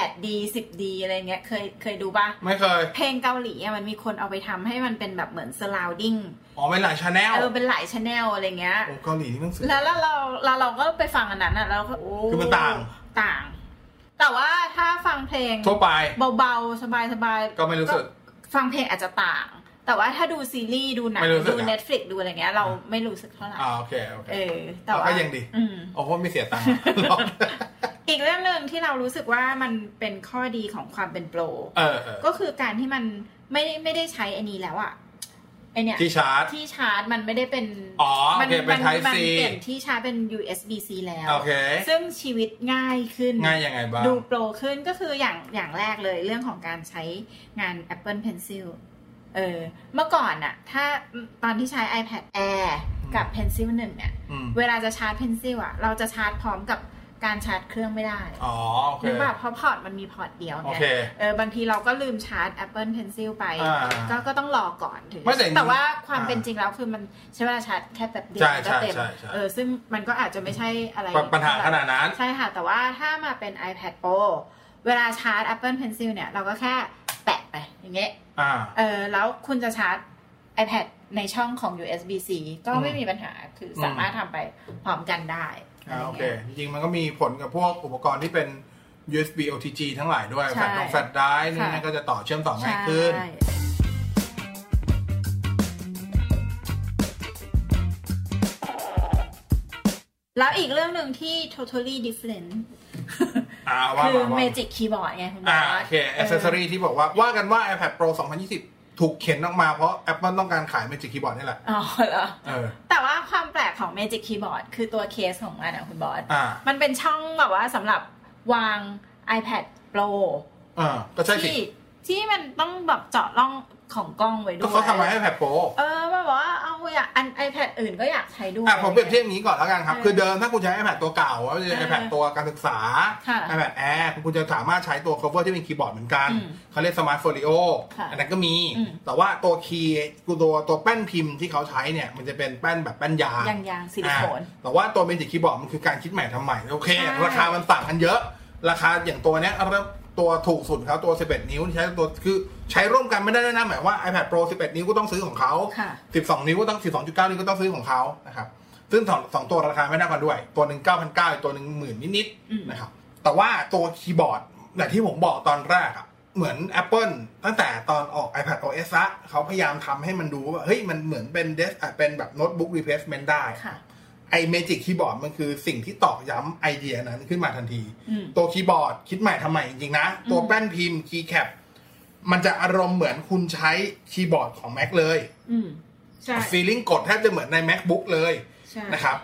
S3: 8D 10D อะไรเงี้ยเคยเคยดูปะ
S2: ไม่เคย
S3: เพลงเกาหลีอ่ะมันมีคนเอาไปทำให้มันเป็นแบบเหมือน surrounding
S2: อ๋อเป็นหลายชาแนล
S3: เออเป็นหลายชแนลอะไรเงี้ย
S2: โอ้เกาหลีนี่หนังสือ
S3: แล้วแล้วเราเราเราก็ไปฟังอันนั้นอ่ะเราก็โอ้
S2: คือมันต่าง
S3: ต่าง แต่ว่าถ้าฟังเพลง
S2: ทั่วไป
S3: เบาๆ สบายๆ
S2: ก็ไม่รู้สึก
S3: ฟังเพลงอาจจะต่าง แต่ว่าถ้าดูซีรีส์ดูหนัง
S2: ไม่รู้สึก
S3: ดู
S2: อะ
S3: Netflix ดูอะไรเงี้ยเราไม่รู้สึกเท่าไหร่
S2: อ่าโอเคโอเค
S3: เออ แต่ว่า
S2: ก็ยังดี
S3: อืม
S2: โอ้โหไม่เสียตังค์ *laughs*
S3: อีกเรื่องหนึ่งที่เรารู้สึกว่ามันเป็นข้อดีของความเป็นโปร
S2: เออเออ
S3: ก็คือการที่มันไม่ได้ไม่ได้ใช้อันนี้แล้วอะ ไอเนี่ย
S2: ที่ชาร์จ
S3: ที่ชาร์จมันไม่ได้เป็น
S2: อ๋อโอเคเป็น Type
S3: มั
S2: C
S3: เปลี่ยนที่ชาร์จเป็น USB C แล้ว
S2: โอเค
S3: ซึ่งชีวิตง่ายขึ้น
S2: ง่ายยังไงบ้าง
S3: ดูโปรขึ้นก็คืออย่างอย่างแรกเลยเรื่องของการใช้งาน Apple Pencil เออเมื่อก่อนอะถ้าตอนที่ใช้ iPad Air กับ Pencil 1เนี่ย
S2: อืม
S3: เวลาจะชาร์จ Pencil อะเราจะชาร์จพร้อมกับการชาร์จเครื่องไม่ได้
S2: อ๋อโอเค
S3: นึกว่าเพราะพอร์ตมันมีพอร์ตเดียว
S2: โอ
S3: เนี่ย
S2: เค
S3: เออบางทีเราก็ลืมชาร์จ Apple Pencil ไป
S2: อ่า
S3: ก็ก็ต้องรอก่อนถึง
S2: ไม่แต่จริง
S3: ว่าความ
S2: อ่า
S3: เป็นจริงแล้วคือมันใช้เวลาชาร์จแค่แบบเดียว
S2: ใช่
S3: ก็เต็ม
S2: ใช่ใช่ใช่
S3: เออซึ่งมันก็อาจจะไม่ใช่อะไร
S2: ปัญหาขนาดนั้น
S3: ใช่ค่ะ แต่ว่าถ้ามาเป็น iPad Pro เวลาชาร์จ Apple Pencil เนี่ย เราก็แค่แปะไปอย่างเงี้ย
S2: อ่า
S3: เออแล้วคุณจะชาร์จ iPad ในช่องของ USB-C ก็ไม่
S2: อืม
S3: มีปัญหาคือสามารถทำไปพร้อมกันได้
S2: อ่าโอเค
S3: ะไรงี้ย
S2: จริงๆมันก็มีผลกับพวกอุปกรณ์ที่เป็น USB OTG ทั้งหลายด้วย
S3: ใช่
S2: แฟลชตรงแฟลชไดรฟ์นี่
S3: ค่ะ
S2: นั่นก็จะต่อเชื่อมต่อง่ายขึ้น
S3: ใช่แล้วอีกเรื่องหนึ่งที่ totally different
S2: อ่าว่า
S3: คือ
S2: มาว่า
S3: magic keyboard ไงคุณบ
S2: อ่า
S3: ส
S2: โอเคอ c c e s s o r y ที่บอกว่าว่ากันว่า iPad Pro 2020 ถูกเข็นออกมาเพราะ Apple ต้องการขาย Magic Keyboard นี่แหละ
S3: อ๋อเหรอ
S2: เออ
S3: แต่ว่าความแปลกของ Magic Keyboard คือตัวเคสของมันอะคุณบอส
S2: อ่า
S3: มันเป็นช่องแบบว่าสำหรับวาง iPad Pro
S2: อ่า ก็ใช่สิ
S3: ที่ที่มันต้องแบบเจาะร่องของกล้องไว้ด้ว
S2: ก็
S3: ย
S2: เขาทำมาให้ iPad Pro
S3: เออมันบอกว่าเอาอยากอัน iPad อื่นก็อยากใช้ด้วย
S2: อ่ะผมเปรียบเทียบอย่างนี้ก่อนแล้วกันครับ
S3: เออ
S2: คือเดิมถ้าคุณใช้ iPad ตัวเก่าก็จะ
S3: เออ
S2: iPad ตัวการศึกษา
S3: ค่ะ
S2: iPad Air คุณจะสามารถใช้ตัว cover ที่เป็นคีย์บอร์ดเหมือนกัน
S3: อืม
S2: เขาเรียก Smart Folio
S3: ค่ะ
S2: อันนั้นก็มี
S3: อืม
S2: แต่ว่าตัวคีย์ตัวตัวแป้นพิมพ์ที่เขาใช้เนี่ย มันจะเป็นแป้นแบบแป้นยาง
S3: ยางยางๆซิลิโคน
S2: อ่าแต่ว่าตัวเมจิกคีย์บอร์ดมันคือการคิดใหม่ทำใหม่ โอเค
S3: ใช่
S2: ราคามันต่างกันเยอะ ราคาอย่างตัวเนี้ยเริ่มตัวถูกสุดครับตัว 11 นิ้วที่ใช้ตัวคือใช้ร่วมกันไม่ได้ด้วยนะหมายว่า iPad Pro 11 นิ้วก็ต้องซื้อของเขา
S3: ค่ะ
S2: 12 นิ้วก็ต้อง 12.9 นิ้วก็ต้องซื้อของเขานะครับ ซึ่งสองสองตัวราคาไม่น่ากันด้วย ตัวหนึ่ง9,900อีกตัวหนึ่งหมื่นนิด
S3: อืม
S2: ๆนะครับ แต่ว่าตัวคีย์บอร์ดอย่างที่ผมบอกตอนแรกอะเหมือน Apple ตั้งแต่ตอนออก iPad OS ละเขาพยายามทำให้มันดูว่าเฮ้ยมันเหมือนเป็นเดสเป็นแบบโน้ตบุ๊กรีเพลซเมนต์ได้
S3: ค่ะ
S2: ไอเมจิกคีย์บอร์ดมันคือสิ่งที่ตอกย้ำไอเดียนั้นขึ้นมาทันที
S3: อืม
S2: ตัวคีย์บอร์ดคิดใหม่ทำใหม่จริงๆนะ ตัว
S3: อืม
S2: แป้นพิมพ์คีย์แคปมันจะอารมณ์เหมือนคุณใช้คีย์บอร์ดของ Mac เลย
S3: อืมใช่
S2: ฟีลิ่งกดแทบจะเหมือนใน MacBook เลย
S3: ใช่
S2: นะครับ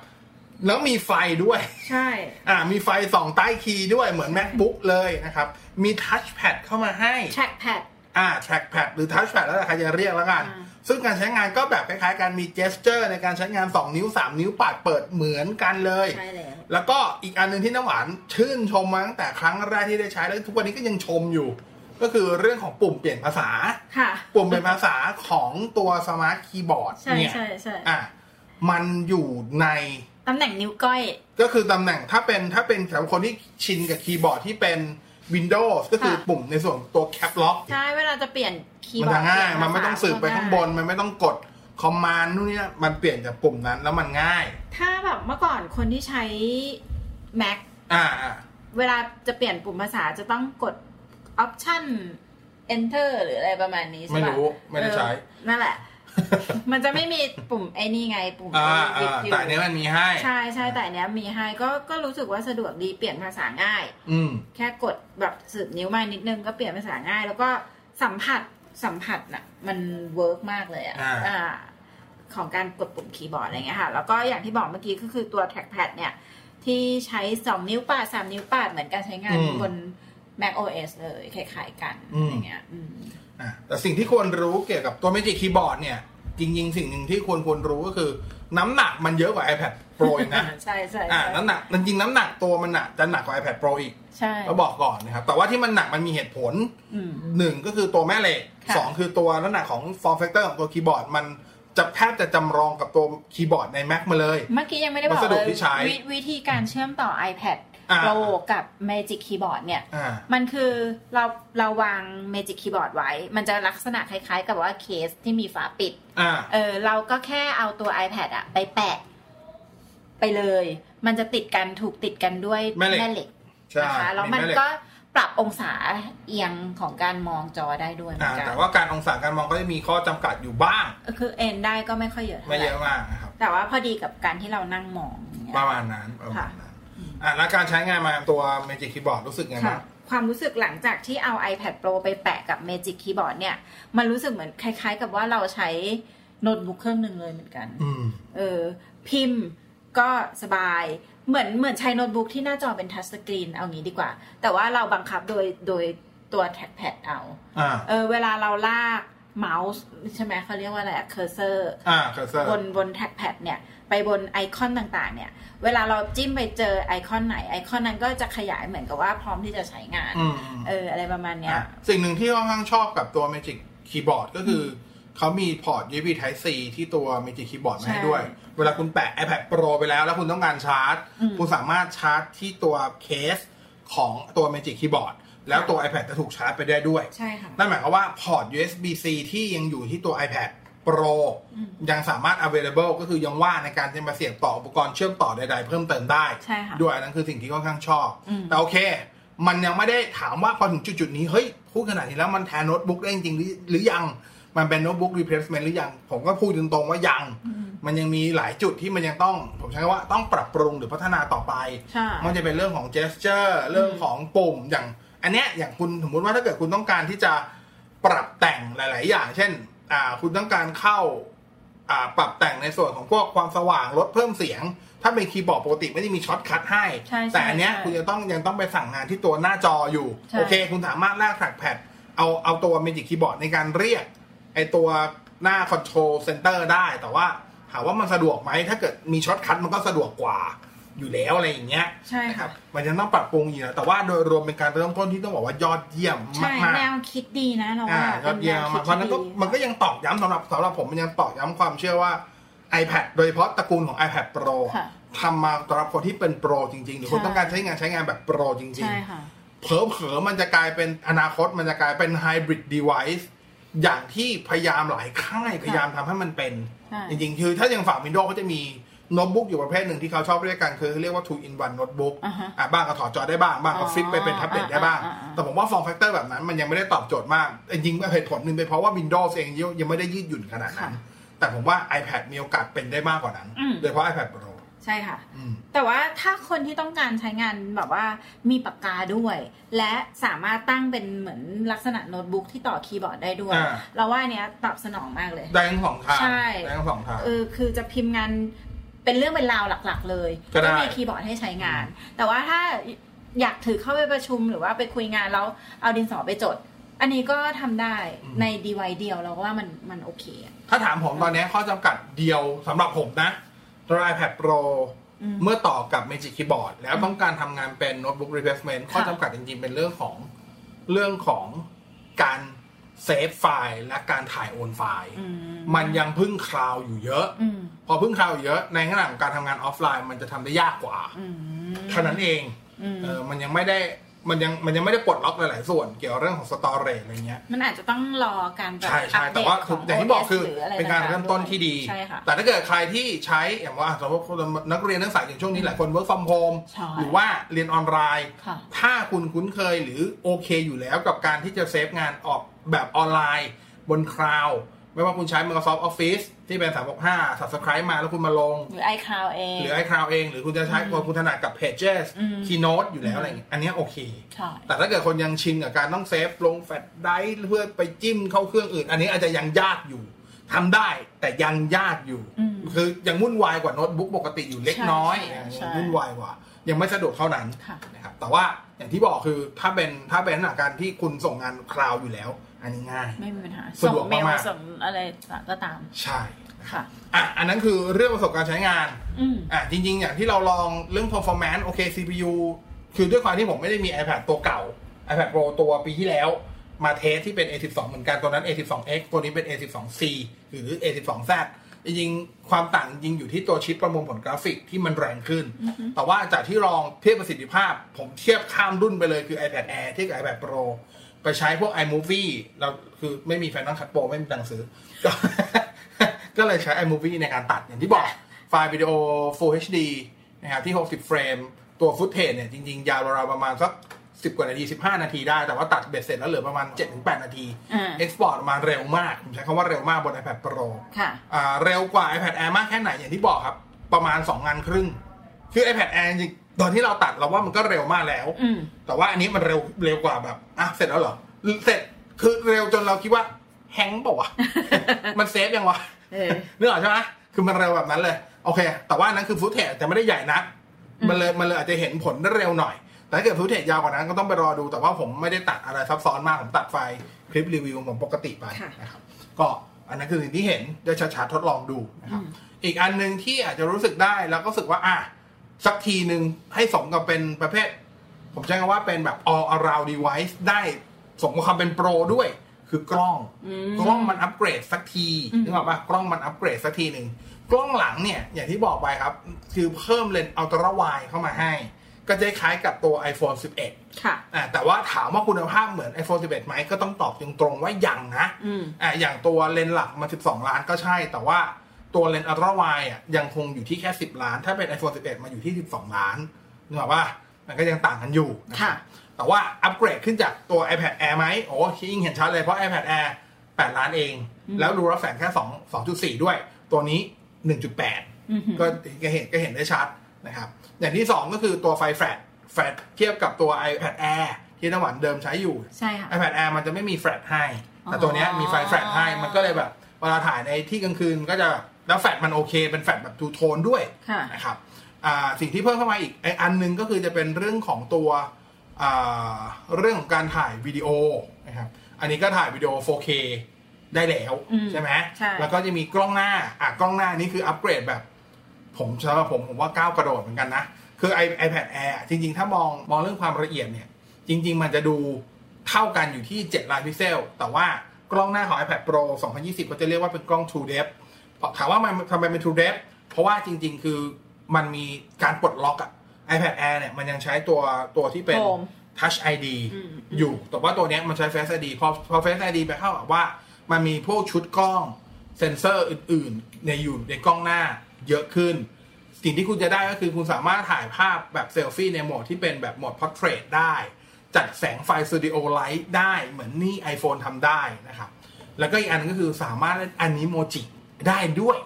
S2: แล้วมีไฟด้วย
S3: ใช่
S2: อ่า มีไฟสองใต้คีย์ด้วยเหมือน MacBook เลยนะครับ มีทัชแพดเข้ามาให้
S3: แทร็กแพด
S2: อ่า trackpad หรือ touchpad แล้วแต่ใครจะเรียกแล้วกัน
S3: อ่า
S2: ซึ่งการใช้งานก็แบบคล้ายๆกันมี gesture ในการใช้งาน 2 นิ้ว 3 นิ้วปาดเปิดเหมือนกันเลย
S3: ใช่แล้ว
S2: แล้วก็อีกอันหนึ่งที่น้ำหวานชื่นชมมาตั้งแต่ครั้งแรกที่ได้ใช้แล้วทุกวันนี้ก็ยังชมอยู่ ก็คือเรื่องของปุ่มเปลี่ยนภาษา
S3: ค่ะ
S2: ปุ่มเปลี่ยนภาษาของตัวสมาร์ทคีย์บอร์ด
S3: ใช่
S2: เนี่ย
S3: ใช่ใช่
S2: อ่ะมันอยู่ใน
S3: ตำแหน่งนิ้วก้อย
S2: ก็คือตำแหน่งถ้าเป็นถ้าเป็นสำหรับคนที่ชินกับคีย์บอร์ดที่เป็น Windows ก็คือ
S3: ค่ะ
S2: ปุ่มในส่วนตัวแคปล็อก
S3: ใช่เวลาจะเปลี่ยนคีย์
S2: มั
S3: บ
S2: น
S3: อร์ด
S2: จะง่าย มันไม่ต้
S3: เลี่ยภษ
S2: องสืบไปข้างบน มันไม่ต้องกดคอมมานด์นู่นนี่นั่นมันเปลี่ยนจากปุ่มนั้นแล้วมันง่าย
S3: ถ้าแบบเมื่อก่อนคนที่ใช้ Mac
S2: อ่าอ่า
S3: เวลาจะเปลี่ยนปุ่มภาษาจะต้องกด option enter หรืออะไรประมาณนี้ใช่ปะ
S2: ไม่รู้ไม่ได้ใช้
S3: เออ
S2: *laughs*
S3: นั่นแหละ มันจะไม่มีปุ่มไอ้นี่ไงปุ่ม
S2: อ่า
S3: วิ
S2: อ่า
S3: ดอยู่
S2: แต่อันเนี้ยมันมีให้
S3: ใช่ใช่แต่อันเนี้ยมีให้ก็ก็รู้สึกว่าสะดวกดีเปลี่ยนภาษาง่าย
S2: อืม
S3: แค่กดแบบสืบนิ้วมานิดนึงก็เปลี่ยนภาษาง่าย แล้วก็สัมผัสสัมผัสน่ะ มันเวิร์กมากเลยอ่ะ
S2: อ่า
S3: อ่าของการกดปุ่มคีย์บอร์ดอะไรเงี้ยค่ะแล้วก็อย่างที่บอกเมื่อกี้ก็คือตัวแท็กแพดเนี่ย ที่ใช้สองนิ้วปาดสามนิ้วปาดเหมือนการใช้งาน
S2: อืม
S3: บน Mac OS เลยคล้ายๆกัน
S2: อืม
S3: อะไรเงี้ยอืม
S2: อ่ะแต่สิ่งที่ควรรู้เกี่ยวกับตัว Magic Keyboard เนี่ย จริง ๆ สิ่งหนึ่งที่ควรควรรู้ก็คือ น้ำหนักมันเยอะกว่า iPad Pro อีกนะ
S3: ใช่ใช่
S2: อ่า
S3: ใช่
S2: น้ำหนักจริงๆน้ำหนักตัวมันอะจะหนักกว่า iPad Pro อีก
S3: ใช่
S2: เราบอกก่อนนะครับ แต่ว่าที่มันหนักมันมีเหตุผล
S3: อืม
S2: หนึ่งก็คือตัวแม่เหล็ก
S3: ค่ะ
S2: สองคือตัวน้ำหนักของ form factor ของตัวคีย์บอร์ด มันจะแทบจะจำลองกับตัวคีย์บอร์ดใน Mac มาเลย
S3: เมื่อกี้ยังไม่ได้บอ
S2: วั
S3: ก
S2: สดุ
S3: เลย
S2: ที่ใช้
S3: วิวิธีการเชื่อมต่อ iPad
S2: อ่า
S3: Pro กับ Magic Keyboard เนี่ย
S2: อ่า
S3: มันคือเราเราวาง Magic Keyboard ไว้ มันจะลักษณะคล้ายๆ กับว่าเคสที่มีฝาปิด
S2: อ่า
S3: เออเราก็แค่เอาตัว iPad อะไปแปะ ไปเลย มันจะติดกันถูกติดกันด้วย
S2: แม่เหล็ก
S3: เหล็ก
S2: ใช่
S3: นะคะแล้วมัน
S2: แเหล็
S3: ก็ปรับองศาเอียงของการมองจอได้ด้วยเหมื
S2: อ่า
S3: อนกัน
S2: แต่ว่าการองศาการมองก็จะมีข้อจำกัดอยู่บ้าง
S3: คือเอ็นได้ก็ไม่ค่อยเยอะเท่า
S2: ไม่
S3: ไห
S2: เย
S3: ร่
S2: อะมากนะครับ
S3: แต่ว่าพอดีกับการที่เรานั่งมองอย่างเงี้ย
S2: ประมาณนั้นประมา
S3: ค่ะ
S2: ณนั้นอ่ะแล้วการใช้งานมาตัว Magic Keyboard รู้สึกไง
S3: ค่ะ
S2: บ้าง
S3: ความรู้สึกหลังจากที่เอา iPad Pro ไปแปะกับ Magic Keyboard เนี่ย มันรู้สึกเหมือนคล้ายๆ กับว่าเราใช้
S4: โน้ตบุ๊กเครื่องหนึ่งเลยเหมือนกัน
S2: อืม
S3: เออพิมพ์ก็สบายเหมือนเหมือนใช้โน้ตบุ๊กที่หน้าจอเป็นทัชสกรีนเอางี้ดีกว่า แต่ว่าเราบังคับโดยโดยตัวแท็กแพดเอา
S2: อ่า
S3: เออเวลาเราลากเมาส์ใช่ไหมเขาเรียกว่าอะไรอะเคอร์เซอร์
S2: อ่าเคอร์เซอร์
S3: บนบนแท็กแพดเนี่ย ไปบนไอคอนต่างๆ เนี่ย เวลาเราจิ้มไปเจอไอคอนไหนไอคอนนั้นก็จะขยายเหมือนกับว่าพร้อมที่จะใช้งาน
S2: อืมอืม
S3: เออ อะไรประมาณเนี้ย
S2: อ่ะสิ่งหนึ่งที่ค่อนข้างชอบกับตัว Magic Keyboard ก็คือ เขามีพอร์ต USB Type C ที่ตัว Magic Keyboard มาให้
S3: ใช่
S2: ด้วย เวลาคุณแปะ iPad Pro ไปแล้ว แล้วคุณต้องการชาร์จ
S3: อืม
S2: คุณสามารถชาร์จที่ตัวเคสของตัว Magic Keyboard แล้ว
S3: ค่ะ
S2: ตัว iPad จะถูกชาร์จไปได้ด้วย
S3: ใช่ค่ะ
S2: นั่นหมายความว่าพอร์ต USB C ที่ยังอยู่ที่ตัว iPad Pro
S3: อืม
S2: ยังสามารถ available ก็คือยังว่างในการจะมาเสียบต่ออุปกรณ์เชื่อมต่อใดๆ เพิ่มเติมได้
S3: ใช่ค่ะ
S2: ด้วยอันนั้นคือสิ่งที่ค่อนข้างชอบ
S3: อืม
S2: แต่โอเค มันยังไม่ได้ถามว่าพอถึงจุดๆนี้ เฮ้ย พูดขนาดนี้แล้วมันแทนโน้ตบุ๊กได้จริงๆหรือหรือยัง มันเป็นโน้ตบุ๊ก replacement หรือยัง ผมก็พูดตรงๆว่ายัง มันยังมีหลายจุดที่มันยังต้อง ผมใช้คำว่าต้องปรับปรุงหรือพัฒนาต่อไป
S3: ใช่
S2: มันจะเป็นเรื่องของ gesture เรื่องของปุ่มอย่าง อันเนี้ยอย่างคุณสมมติว่าถ้าเกิดคุณต้องการที่จะปรับแต่งหลาย ๆ อย่าง เช่น อ่า คุณต้องการเข้า อ่า ปรับแต่งในส่วนของพวกความสว่างลดเพิ่มเสียง ถ้าเป็นคีย์บอร์ดปกติไม่ได้มีช็อตคัทให้
S3: ใช่ใช่
S2: แต่อันเนี้ย
S3: ใช่
S2: คุณจะต้องยังต้องไปสั่งงานที่ตัวหน้าจออยู่
S3: ใช่
S2: โอเค คุณสามารถลากแทร็กแพดเอาเอาตัว Magic Keyboard ในการเรียก ไอตัวหน้า Control Center ได้แต่ว่าถามว่ามันสะดวกไหมถ้าเกิดมีช็อตคัทมันก็สะดวกกว่าอยู่แล้วอะไรอย่างเงี้ย
S3: ใช่
S2: นะค
S3: ค่ะ
S2: รับมันยังต้องปรับปรุงอยู่นะแต่ว่าโดยรวมเป็นการเริ่มต้นที่ต้องบอกว่ายอดเยี่ยม
S3: ใช่
S2: มาก
S3: แนวคิดดีนะเรา
S2: ๆอ่า
S3: ว่าย
S2: อดเยี่ยมมากเพราะฉะนั้นก็มันก็ยังตอกย้ำสำหรับสำหรับผมมันยังตอกย้ำความเชื่อว่า iPad โดยเฉพาะตระกูลของ iPad Pro
S3: ค่ะ
S2: ทำมาสำหรับคนที่เป็นโปรจริง ๆ หรือคน
S3: ใช่
S2: ต้องการใช้งานใช้งานแบบโปรจริง
S3: ใช่ค่ะ
S2: ๆ เผลอๆมันจะกลายเป็นอนาคตมันจะกลายเป็นไฮบริดเดเวิ์อย่างที่พยายามหลายค่ายพยายามทำให้มันเป็น
S3: ใช่
S2: จริงๆ คือถ้ายังฝั่งวินโดว์เขาจะมีโน้ตบุ๊กอยู่ประเภทหนึ่งที่เขาชอบเรียกกันคือเรียกว่า two in one notebook
S3: อ่าฮะ
S2: อ่ะบ้างก็ถอดจอได้บ้าง บ้างก็
S3: อ๋อ
S2: ฟิปไปเป็นแท็บเล็ตได้บ้าง
S3: อ่าอ่าอ่า
S2: แต่ผมว่าฟอร์มแฟกเตอร์แบบนั้นมันยังไม่ได้ตอบโจทย์มาก จริงๆเหตุผลหนึ่งเป็นเพราะว่า Windows เองยังไม่ได้ยืดหยุ่นขนาดนั้น แต่ผมว่า iPad มีโอกาสเป็นได้มากกว่านั้นโดยเฉพาะ iPad Pro
S3: ใช่ค่ะ
S2: อืม
S3: แต่ว่าถ้าคนที่ต้องการใช้งานแบบว่ามีปากกาด้วย และสามารถตั้งเป็นเหมือนลักษณะโน้ตบุ๊กที่ต่อคีย์บอร์ดได้ด้วย
S2: อ่า
S3: เราว่าเนี้ยตอบสนองมากเลย
S2: ได้ทั้งสองทาง
S3: ใช่
S2: ได้ทั้งสองทาง
S3: เออคือจะพิมพ์งานเป็นเรื่องเป็นราวหลักๆ เลย
S2: ก็ได้
S3: มีคีย์บอร์ดให้ใช้งาน แต่ว่าถ้าอยากถือเข้าไปประชุมหรือว่าไปคุยงานแล้วเอาดินสอไปจด อันนี้ก็ทำได้ในดีไวเดียวเราก็ว่ามันมันโอเคอะ
S2: ถ้าถามผมตอนนี้ข้อจำกัดเดียวสำหรับผมนะตัว iPad Pro
S3: อืม
S2: เมื่อต่อกับ Magic Keyboard แล้วต้องการทำงานเป็น Notebook Replacement ข้อจำกัดจริงๆ เป็นเรื่องของเรื่องของการเซฟไฟล์และการถ่ายโอนไฟล์
S3: อืม
S2: มันยังพึ่งคลาวด์อยู่เยอะ
S3: อืม
S2: พอพึ่งคลาวด์อยู่เยอะในขณะของการทำงานออฟไลน์ มันจะทำได้ยากกว่า
S3: อืม
S2: เท่านั้นเอง
S3: อืม
S2: เออมันยังไม่ได้มันยังมันยังไม่ได้ปลดล็อกหลายๆส่วนเกี่ยวกับเรื่องของสตอเรจอะไรเงี้ย
S3: มันอาจจะต้องรอการแบบ
S2: ใช่ใช่
S3: อัปเด
S2: แต่ว่า
S3: ขง
S2: อย่างที่บอก
S3: OS
S2: คือ
S3: หะไ
S2: เป็นการ
S3: ต่งๆ
S2: เริ่มต้นที่ดี
S3: ใช่ค่ะ
S2: แต่ถ้าเกิดใครที่ใช้อย่างว่าสำหรับนักเรียนนักศึกษาอย่างช่วงนี้หลายคน work from home
S3: ใช่
S2: หรือว่าเรียนออนไลน์
S3: ค่ะ
S2: ถ้าคุณคุ้นเคยหรือโอเคอยู่แล้วกับการที่จะเซฟงานออกแบบออนไลน์บนคลาวด์ไม่ว่าคุณใช้ Microsoft Office ที่เป็น 365 subscribe มาแล้วคุณมาลง
S3: หรือไอคลาวเอง
S2: หรือ iCloud เอง หรือคุณจะใช้คุณถนัดกับ Pages
S3: อืม
S2: Keynote อยู่แล้วอะไรอย่างเงี้ยอันเนี้ยโอเค
S3: ใช่
S2: แต่ถ้าเกิดคนยังชินกับการต้องเซฟลงแฟลชไดรฟ์เพื่อไปจิ้มเข้าเครื่องอื่น อันนี้อาจจะยังยากอยู่ทำได้แต่ยังยากอยู่ คือยังวุ่นวายกว่าโน้ตบุ๊กปกติอยู่เล็กน้อย
S3: ใช่ใช่
S2: ยังวุ่นวายกว่า ยังไม่สะดวกเท่านั้น
S3: ค่ะ
S2: นะครับแต่ว่าอย่างที่บอกคือถ้าเป็นถ้าเป็นสถานการณ์ที่คุณส่งงานคลาวด์อยู่แล้ว อันนี้ง่าย
S3: ไม่มีปัญหา
S2: สะดวก
S3: เมล
S2: มากๆ
S3: ส่งอะไรก็ตาม
S2: ใช่
S3: ค่ะ
S2: อ่ะอันนั้นคือเรื่องประสบการณ์ใช้งาน
S3: อืม
S2: อ่ะจริง ๆ อย่างที่เราลองเรื่อง performance โอเค CPU คือด้วยความที่ผมไม่ได้มี iPad ตัวเก่า iPad Pro ตัวปีที่แล้ว มาเทสที่เป็น A12 เหมือนกันตัวนั้น A12X ตัวนี้เป็น A12C หรือ A12Z จริงๆ ความต่างจริงอยู่ที่ตัวชิปประมวลผลกราฟิกที่มันแรงขึ้น แต่ว่าจากที่ลองเทียบประสิทธิภาพ ผมเทียบข้ามรุ่นไปเลยคือ iPad Air เทียบกับ iPad Pro ไปใช้พวก iMovie เราคือไม่มีแฟนต้องคัดโปรไม่มีตังค์ซื้อ *laughs* ก็เลยใช้ iMovie ในการตัดอย่างที่บอก ไฟล์วิดีโอ Full HD นะครับที่ 60 เฟรม ตัวฟุตเทจเนี่ยจริง ๆ ยาวราวๆประมาณสัก 10 กว่านาที 15 นาทีได้ แต่ว่าตัดเบ็ดเสร็จแล้วเหลือประมาณ 7-8 นาที
S3: อ่า
S2: เอ็กซ์พอร์ตออกมาเร็วมาก ผมใช้คำว่าเร็วมากบน iPad Pro
S3: ค่ะ
S2: อ่าเร็วกว่า iPad Air มากแค่ไหนอย่างที่บอกครับ ประมาณ 2 งานครึ่ง คือ iPad Air จริงๆตอนที่เราตัดเราว่ามันก็เร็วมากแล้ว
S3: อืม
S2: แต่ว่าอันนี้มันเร็วเร็วกว่าแบบอ่ะเสร็จแล้วเหรอ เสร็จคือเร็วจนเราคิดว่าแฮงก์เปล่าวะ มันเซฟยังวะ
S3: เออ
S2: นึกออกใช่ไหมคือมันเร็วแบบนั้นเลย โอเค แต่ว่านั้นคือฟุตเทจแต่ไม่ได้ใหญ่นัก
S3: อืม
S2: มันเลยมันเลยอาจจะเห็นผลได้เร็วหน่อย แต่ถ้าเกิดฟุตเทจยาวกว่านั้นก็ต้องไปรอดู แต่ว่าผมไม่ได้ตัดอะไรซับซ้อนมาก ผมตัดไฟล์คลิปรีวิวของผมปกติไป
S3: ค่ะ
S2: นะครับ ก็อันนั้นคือสิ่งที่เห็นได้ช้าๆทดลองดูนะครับ อีกอันหนึ่งที่อาจจะรู้สึกได้แล้วก็รู้สึกว่าอ่ะสักทีหนึ่งให้สมกับเป็นประเภท ผมใช้คำว่าเป็นแบบ all around device ได้สมกับความเป็นโปรด้วย คือกล้อง
S3: อืม
S2: กล้องมันอัปเกรดสักที
S3: อืม
S2: นึกออกปะกล้องมันอัปเกรดสักทีหนึ่งกล้องหลังเนี่ยอย่างที่บอกไปครับ คือเพิ่มเลนส์อัลตร้าไวเข้ามาให้ ก็จะคล้ายกับตัว iPhone 11
S3: ค่ะ
S2: อ่ะแต่ว่าถามว่าคุณภาพเหมือน iPhone 11ไหมก็ต้องตอบตรงๆว่ายังนะ
S3: อืม
S2: อ่ะอย่างตัวเลนส์หลักมัน 12 ล้านก็ใช่ แต่ว่าตัวเลนส์อัลตร้าไวอ่ะยังคงอยู่ที่แค่ 10 ล้าน ถ้าเป็น iPhone 11 มาอยู่ที่ 12 ล้านนึกออกป่ะมันก็ยังต่างกันอยู่นะครั
S3: ค่ะ
S2: บแต่ว่าอัปเกรดขึ้นจากตัว iPad Air ไหมโอ้ที่ยิ่งเห็นชัดเลยเพราะ iPad Air 8 ล้านเอง แล้วดูรับแสงแค่ 2 2.4 ด้วย ตัวนี้
S3: อืม
S2: 1.8 ก็ก็เห็นก็เห็นได้ชัดนะครับ อย่างที่ 2 ก็คือตัวไฟแฟลชแฟลชเทียบกับตัว iPad Air ที่ไต้หวันเดิมใช้อยู่
S3: ใช่ค่ะ
S2: iPad Air มันจะไม่มีแฟลชให้
S3: อ๋อ
S2: แต่ตัวเนี้ยมีไฟแฟลชให้ มันก็เลยแบบ เวลาถ่ายในที่กลางคืนก็จะแบบแล้วแฟลชมันโอเค เป็นแฟลชแบบทูโทนด้วย
S3: ค่ะ
S2: นะครับอ่าสิ่งที่เพิ่มเข้ามาอีกไออันหนึงก็คือจะเป็นเรื่องของตัวอ่าเรื่องของการถ่ายวิดีโอนะครับ อันนี้ก็ถ่ายวิดีโอ 4K ได้แล้ว
S3: อืม
S2: ใช่ไหม
S3: ใช่
S2: แล้วก็จะมีกล้องหน้า อ่ะกล้องหน้านี่คืออัปเกรดแบบ ผมสำหรับผมผมว่าก้าวกระโดดเหมือนกันนะ คือ i- iPad Air อ่ะจริง ๆ ถ้ามองมองเรื่องความละเอียดเนี่ย จริง ๆ มันจะดูเท่ากันอยู่ที่ 7 ล้านพิกเซล แต่ว่ากล้องหน้าของ iPad Pro 2020 ก็จะเรียกว่าเป็นกล้อง True Depth เพราะถามว่ามันทำไมเป็น True Depth เพราะว่าจริง ๆ คือมันมีการปลดล็อกอะ iPad Air เนี่ยมันยังใช้ตัวตัวที่เป็น
S3: Home
S2: Touch ID
S3: อืม
S2: อยู่ แต่ว่าตัวเนี้ยมันใช้ Face ID พอพอ Face ID ไปเข้ากับว่า มันมีพวกชุดกล้องเซนเซอร์อื่นๆ ในอยู่ในกล้องหน้าเยอะขึ้น สิ่งที่คุณจะได้ก็คือคุณสามารถถ่ายภาพแบบเซลฟี่ในโหมดที่เป็นแบบโหมดพอร์เทรตได้ จัดแสงไฟสตูดิโอไลท์ได้เหมือนนี่ iPhone ทำได้นะครับ แล้วก็อีกอันก็คือสามารถเล่นอนิโมจิได้ด้วย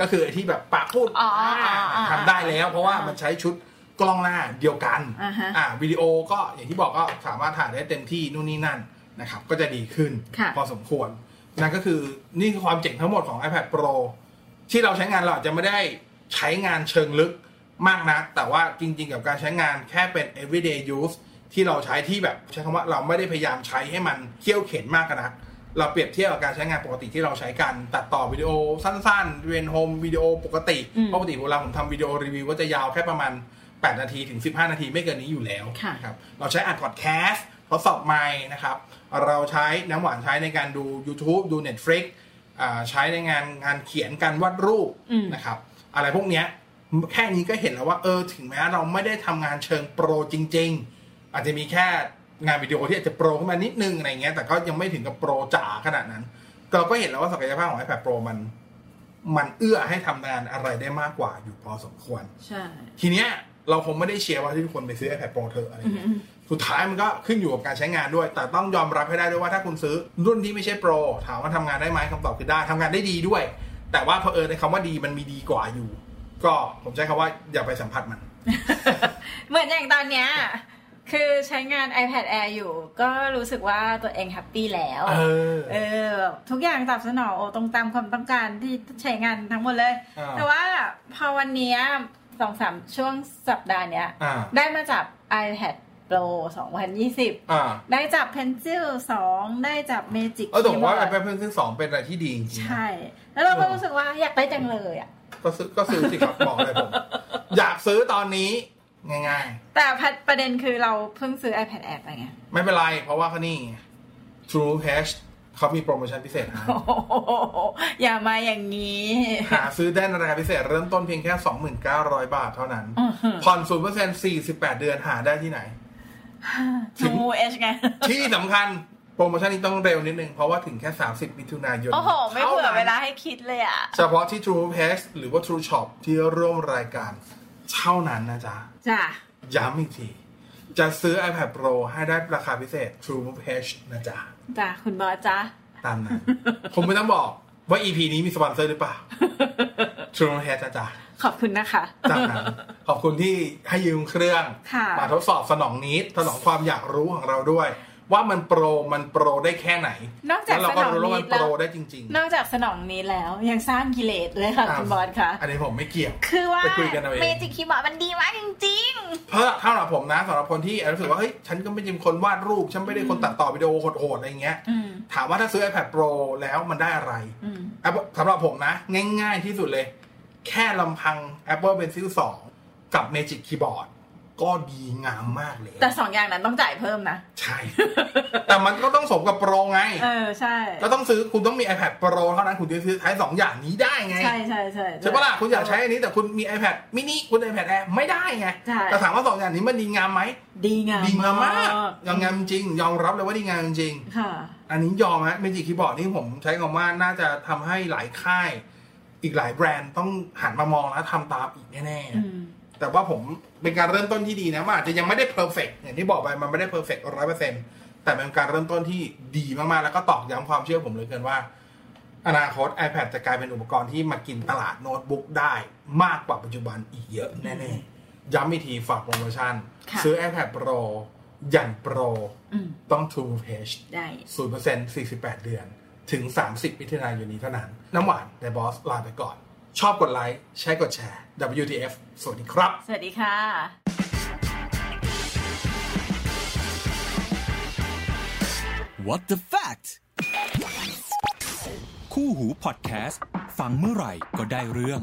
S2: ก็คือไอ้ที่แบบปากพูด
S3: อ๋ออ๋ออ๋ออ๋อ
S2: ทำได้แล้ว เพราะว่ามันใช้ชุดกล้องหน้าเดียวกัน
S3: อ่าฮะ
S2: อ่าวิดีโอก็อย่างที่บอกก็สามารถถ่ายได้เต็มที่นู่นนี่นั่นนะครับก็จะดีขึ้น
S3: ค่ะ
S2: พอสมควรนั่นก็คือนี่คือความเจ๋งทั้งหมดของ iPad Pro ที่เราใช้งานเราอาจจะไม่ได้ใช้งานเชิงลึกมากนะ แต่ว่าจริงๆ กับการใช้งานแค่เป็น everyday use ที่เราใช้ที่แบบใช้คำว่าเราไม่ได้พยายามใช้ให้มันเขี่ยวเข็นมากนะ เราเปรียบเทียบกับการใช้งานปกติที่เราใช้กัน ตัดต่อวิดีโอสั้นๆเรียนโฮมวิดีโอปกติ
S3: อืม
S2: ปกติเวลาผมทำวิดีโอรีวิวก็จะยาวแค่ประมาณ 8 นาทีถึง 15 นาทีไม่เกินนี้อยู่แล้ว
S3: ค่ะ
S2: นะครับ เราใช้อัดพอดแคสต์ทดสอบไมค์นะครับ เราใช้น้ำหวานใช้ในการดู YouTube ดู Netflix อ่าใช้ในงานงานเขียนการวาดรูป
S3: อืม
S2: นะครับ อะไรพวกเนี้ยแค่นี้ก็เห็นแล้วว่าเออถึงแม้เราไม่ได้ทำงานเชิงโปรจริง ๆ อาจจะมีแค่งานวิดีโอที่อาจจะโปรขึ้นมานิดนึงอะไรเงี้ยแต่ก็ยังไม่ถึงกับโปรจ๋าขนาดนั้น เราก็เห็นแล้วว่าศักยภาพของ iPad Pro มัน มันเอื้อให้ทำงานอะไรได้มากกว่าอยู่พอสมควร
S3: ใช่
S2: ทีเนี้ยเราคงไม่ได้เชียร์ว่าให้ทุกคนไปซื้อ iPad Pro เธอะอะไรเงี้ย
S3: อืม
S2: สุดท้ายมันก็ขึ้นอยู่กับการใช้งานด้วย แต่ต้องยอมรับให้ได้ด้วยว่าถ้าคุณซื้อรุ่นที่ไม่ใช่ Pro ถามว่าทำงานได้ไหมคำตอบคือได้ทำงานได้ดีด้วย แต่ว่าเผอิญในคำว่าดีมันมีดีกว่าอยู่ ก็ผมใช้คำว่าอย่าไปสัมผัสมัน
S3: เหมือนอย่างตอนเนี้ย คือใช้งาน iPad Air อยู่ ก็รู้สึกว่าตัวเองแฮปปี้แล้ว
S2: เออ
S3: เออแบบทุกอย่างตอบสนองโอ้ตรงตามความต้องการที่ใช้งานทั้งหมดเลย
S2: อ่า
S3: แต่ว่าพอวันเนี้ยสองสามช่วงสัปดาห์เนี้ย
S2: อ่า
S3: ได้มาจับ iPad Pro 2020
S2: อ่า
S3: ได้จับ Pencil 2 ได้จับ Magic
S2: เออแต่ผมว่า
S3: Keyboard
S2: iPad Pencil 2เป็นอะไรที่ดีจริงๆนะ
S3: ใช่ แล้วเราก็
S2: เออ
S3: รู้สึกว่าอยากได้จังเลยอ่ะ
S2: ก็ซื้อก็ซื้อสิครับบอกเลยผม อยากซื้อตอนนี้ง่าย
S3: แต่ประเด็นคือเราเพิ่งซื้อ iPad Air ไป
S4: *laughs*
S3: ไง
S2: ๆ ไม่เป็นไร เพราะว่าเขานี่ True Cash เขามีโปรโมชั่นพิเศษให้
S3: โอ้โหอย่ามาอย่างนี้
S2: *laughs* หาซื้อได้ในราคาพิเศษเริ่มต้นเพียงแค่ 2,900 บาทเท่านั้น
S3: อื้อหือ
S2: ผ่อน 0% 48 เดือนหาได้ที่ไหน
S3: ถึงงูเอชไง
S2: *laughs* ที่สำคัญโปรโมชั่นนี้ต้องเร็วนิดนึง เพราะว่าถึงแค่ 30 มิถุนายน
S3: โอ้โห ไม่เผื่อ
S2: ท่นั้น
S3: เวลาให้คิดเลยอ่ะ
S2: เฉพาะที่ True p a s หรือว่า True Shop ที่ร่วมรายการเท่านั้นนะจ๊ะ
S3: จ้ะ
S2: ย้ำอีกที จะซื้อ iPad Pro ให้ได้ราคาพิเศษ True p a s นะจ๊ะ
S3: จ้ะ คุณบอสจ้ะ
S2: ตามนั้น *laughs* ผมไม่ต้องบอกว่า EP นี้มีสปอนเซอร์หรือเป
S3: *laughs*
S2: ล่า True p a s นะจ๊ะ
S3: ขอบคุณนะคะ
S2: จากนั้นขอบคุณที่ให้ยืมเครื่อง
S3: ค่ะ
S2: มาทดสอบสนองนิดสนองความอยากรู้ของเราด้วย ว่ามันโปรมันโปรได้แค่ไหน
S4: *laughs* นอกจาก
S2: แล้วเรา
S4: ส
S2: ก็
S4: นอง
S2: รู้ว่ามัน
S4: นิด
S2: โป
S4: แล้
S2: ร
S4: ว
S2: ได้จริงๆ
S4: นอกจากสนองนี้แล้วยังสร้างกิเลสด้วยค่ะคุณบอสค่ะ
S2: อันนี้ผมไม่เกี่ยว
S4: คือว่า
S2: ไปคุยกันเอาเอง
S4: เมจิกคีย์บอร์ดมันดีมากจริง
S2: เพราะถ้าสำหรับผมนะสำหรับคนที่รู้สึกว่าเฮ้ยฉันก็ไม่ได้เป็นคนวาดรูป ฉันไม่ได้คนตัดต่อวิดีโอโหดๆอะไรเงี้ย
S4: ๆ อืม
S2: ถามว่าถ้าซื้อ iPad Pro แล้วมันได้อะไร
S4: อืม
S2: Apple สำหรับผมนะ ง่ายๆที่สุดเลย แค่ลำพัง Apple Pencil 2 กับ Magic Keyboard ก็ดีงามมากเลย
S4: แต่สองอย่างนั้นต้องจ่ายเพิ่มนะ
S2: ใช่ แต่มันก็ต้องสมกับโปรไง
S4: เออใช่
S2: ก็ต้องซื้อคุณต้องมี iPad Pro เท่านั้นคุณจะซื้อใช้สองอย่างนี้ได้ไง
S4: ใช่ใช่ใช่
S2: ใช่ปะล่ะคุณอยากใช้อันนี้แต่คุณมี iPad mini คุณ iPad Air ไม่ได้ไง
S4: ใช่
S2: แต่ถามว่าสองอย่างนี้มันดีงามไหม
S4: ดีงาม
S2: ดีงามมากยอมงามจริงยอมรับเลยว่าดีงามจริง
S4: ค่ะ
S2: อันนี้ยอมฮะเมจิคีย์บอร์ดนี่ผมใช้คำว่าน่าจะทำให้หลายค่าย อีกหลายแบรนด์ต้องหันมามองแล้วทำตามอีกแน่
S4: อืม
S2: ๆ แต่ว่าผมเป็นการเริ่มต้นที่ดีนะมันอาจจะยังไม่ได้เพอร์เฟกอย่างที่บอกไปมันไม่ได้เพอร์เฟกร้อยเปอร์เซ็นแต่เป็นการเริ่มต้นที่ดีมากๆ แล้วก็ตอกย้ำความเชื่อผมเหลยเกินว่า อนาคต iPad จะกลายเป็นอุปกรณ์ที่มากินตลาดโน้ตบุ๊กได้มากกว่าปัจจุบันอีกเยอะแน่ๆ ย้ำอีกทีฝากโปรโมชั่น
S4: ค่ะ
S2: ซื้อ iPad Pro ยัน Pro
S4: อืม
S2: ต้อง True Page
S4: ได้
S2: ศูนย์เปอร์เซ็นต์สี่สิบแปดเดือน ถึงสามสิบมิถุนายนนี้เท่านั้น น้ำหวานในบอสลาไปก่อน ชอบกดไลค์ ใช้กดแชร์ WTF สวัสดีครับ
S4: สวัสดีค่ะ
S1: What the fact คู่หูพอดแคสต์ฟังเมื่อไหร่ก็ได้เรื่อง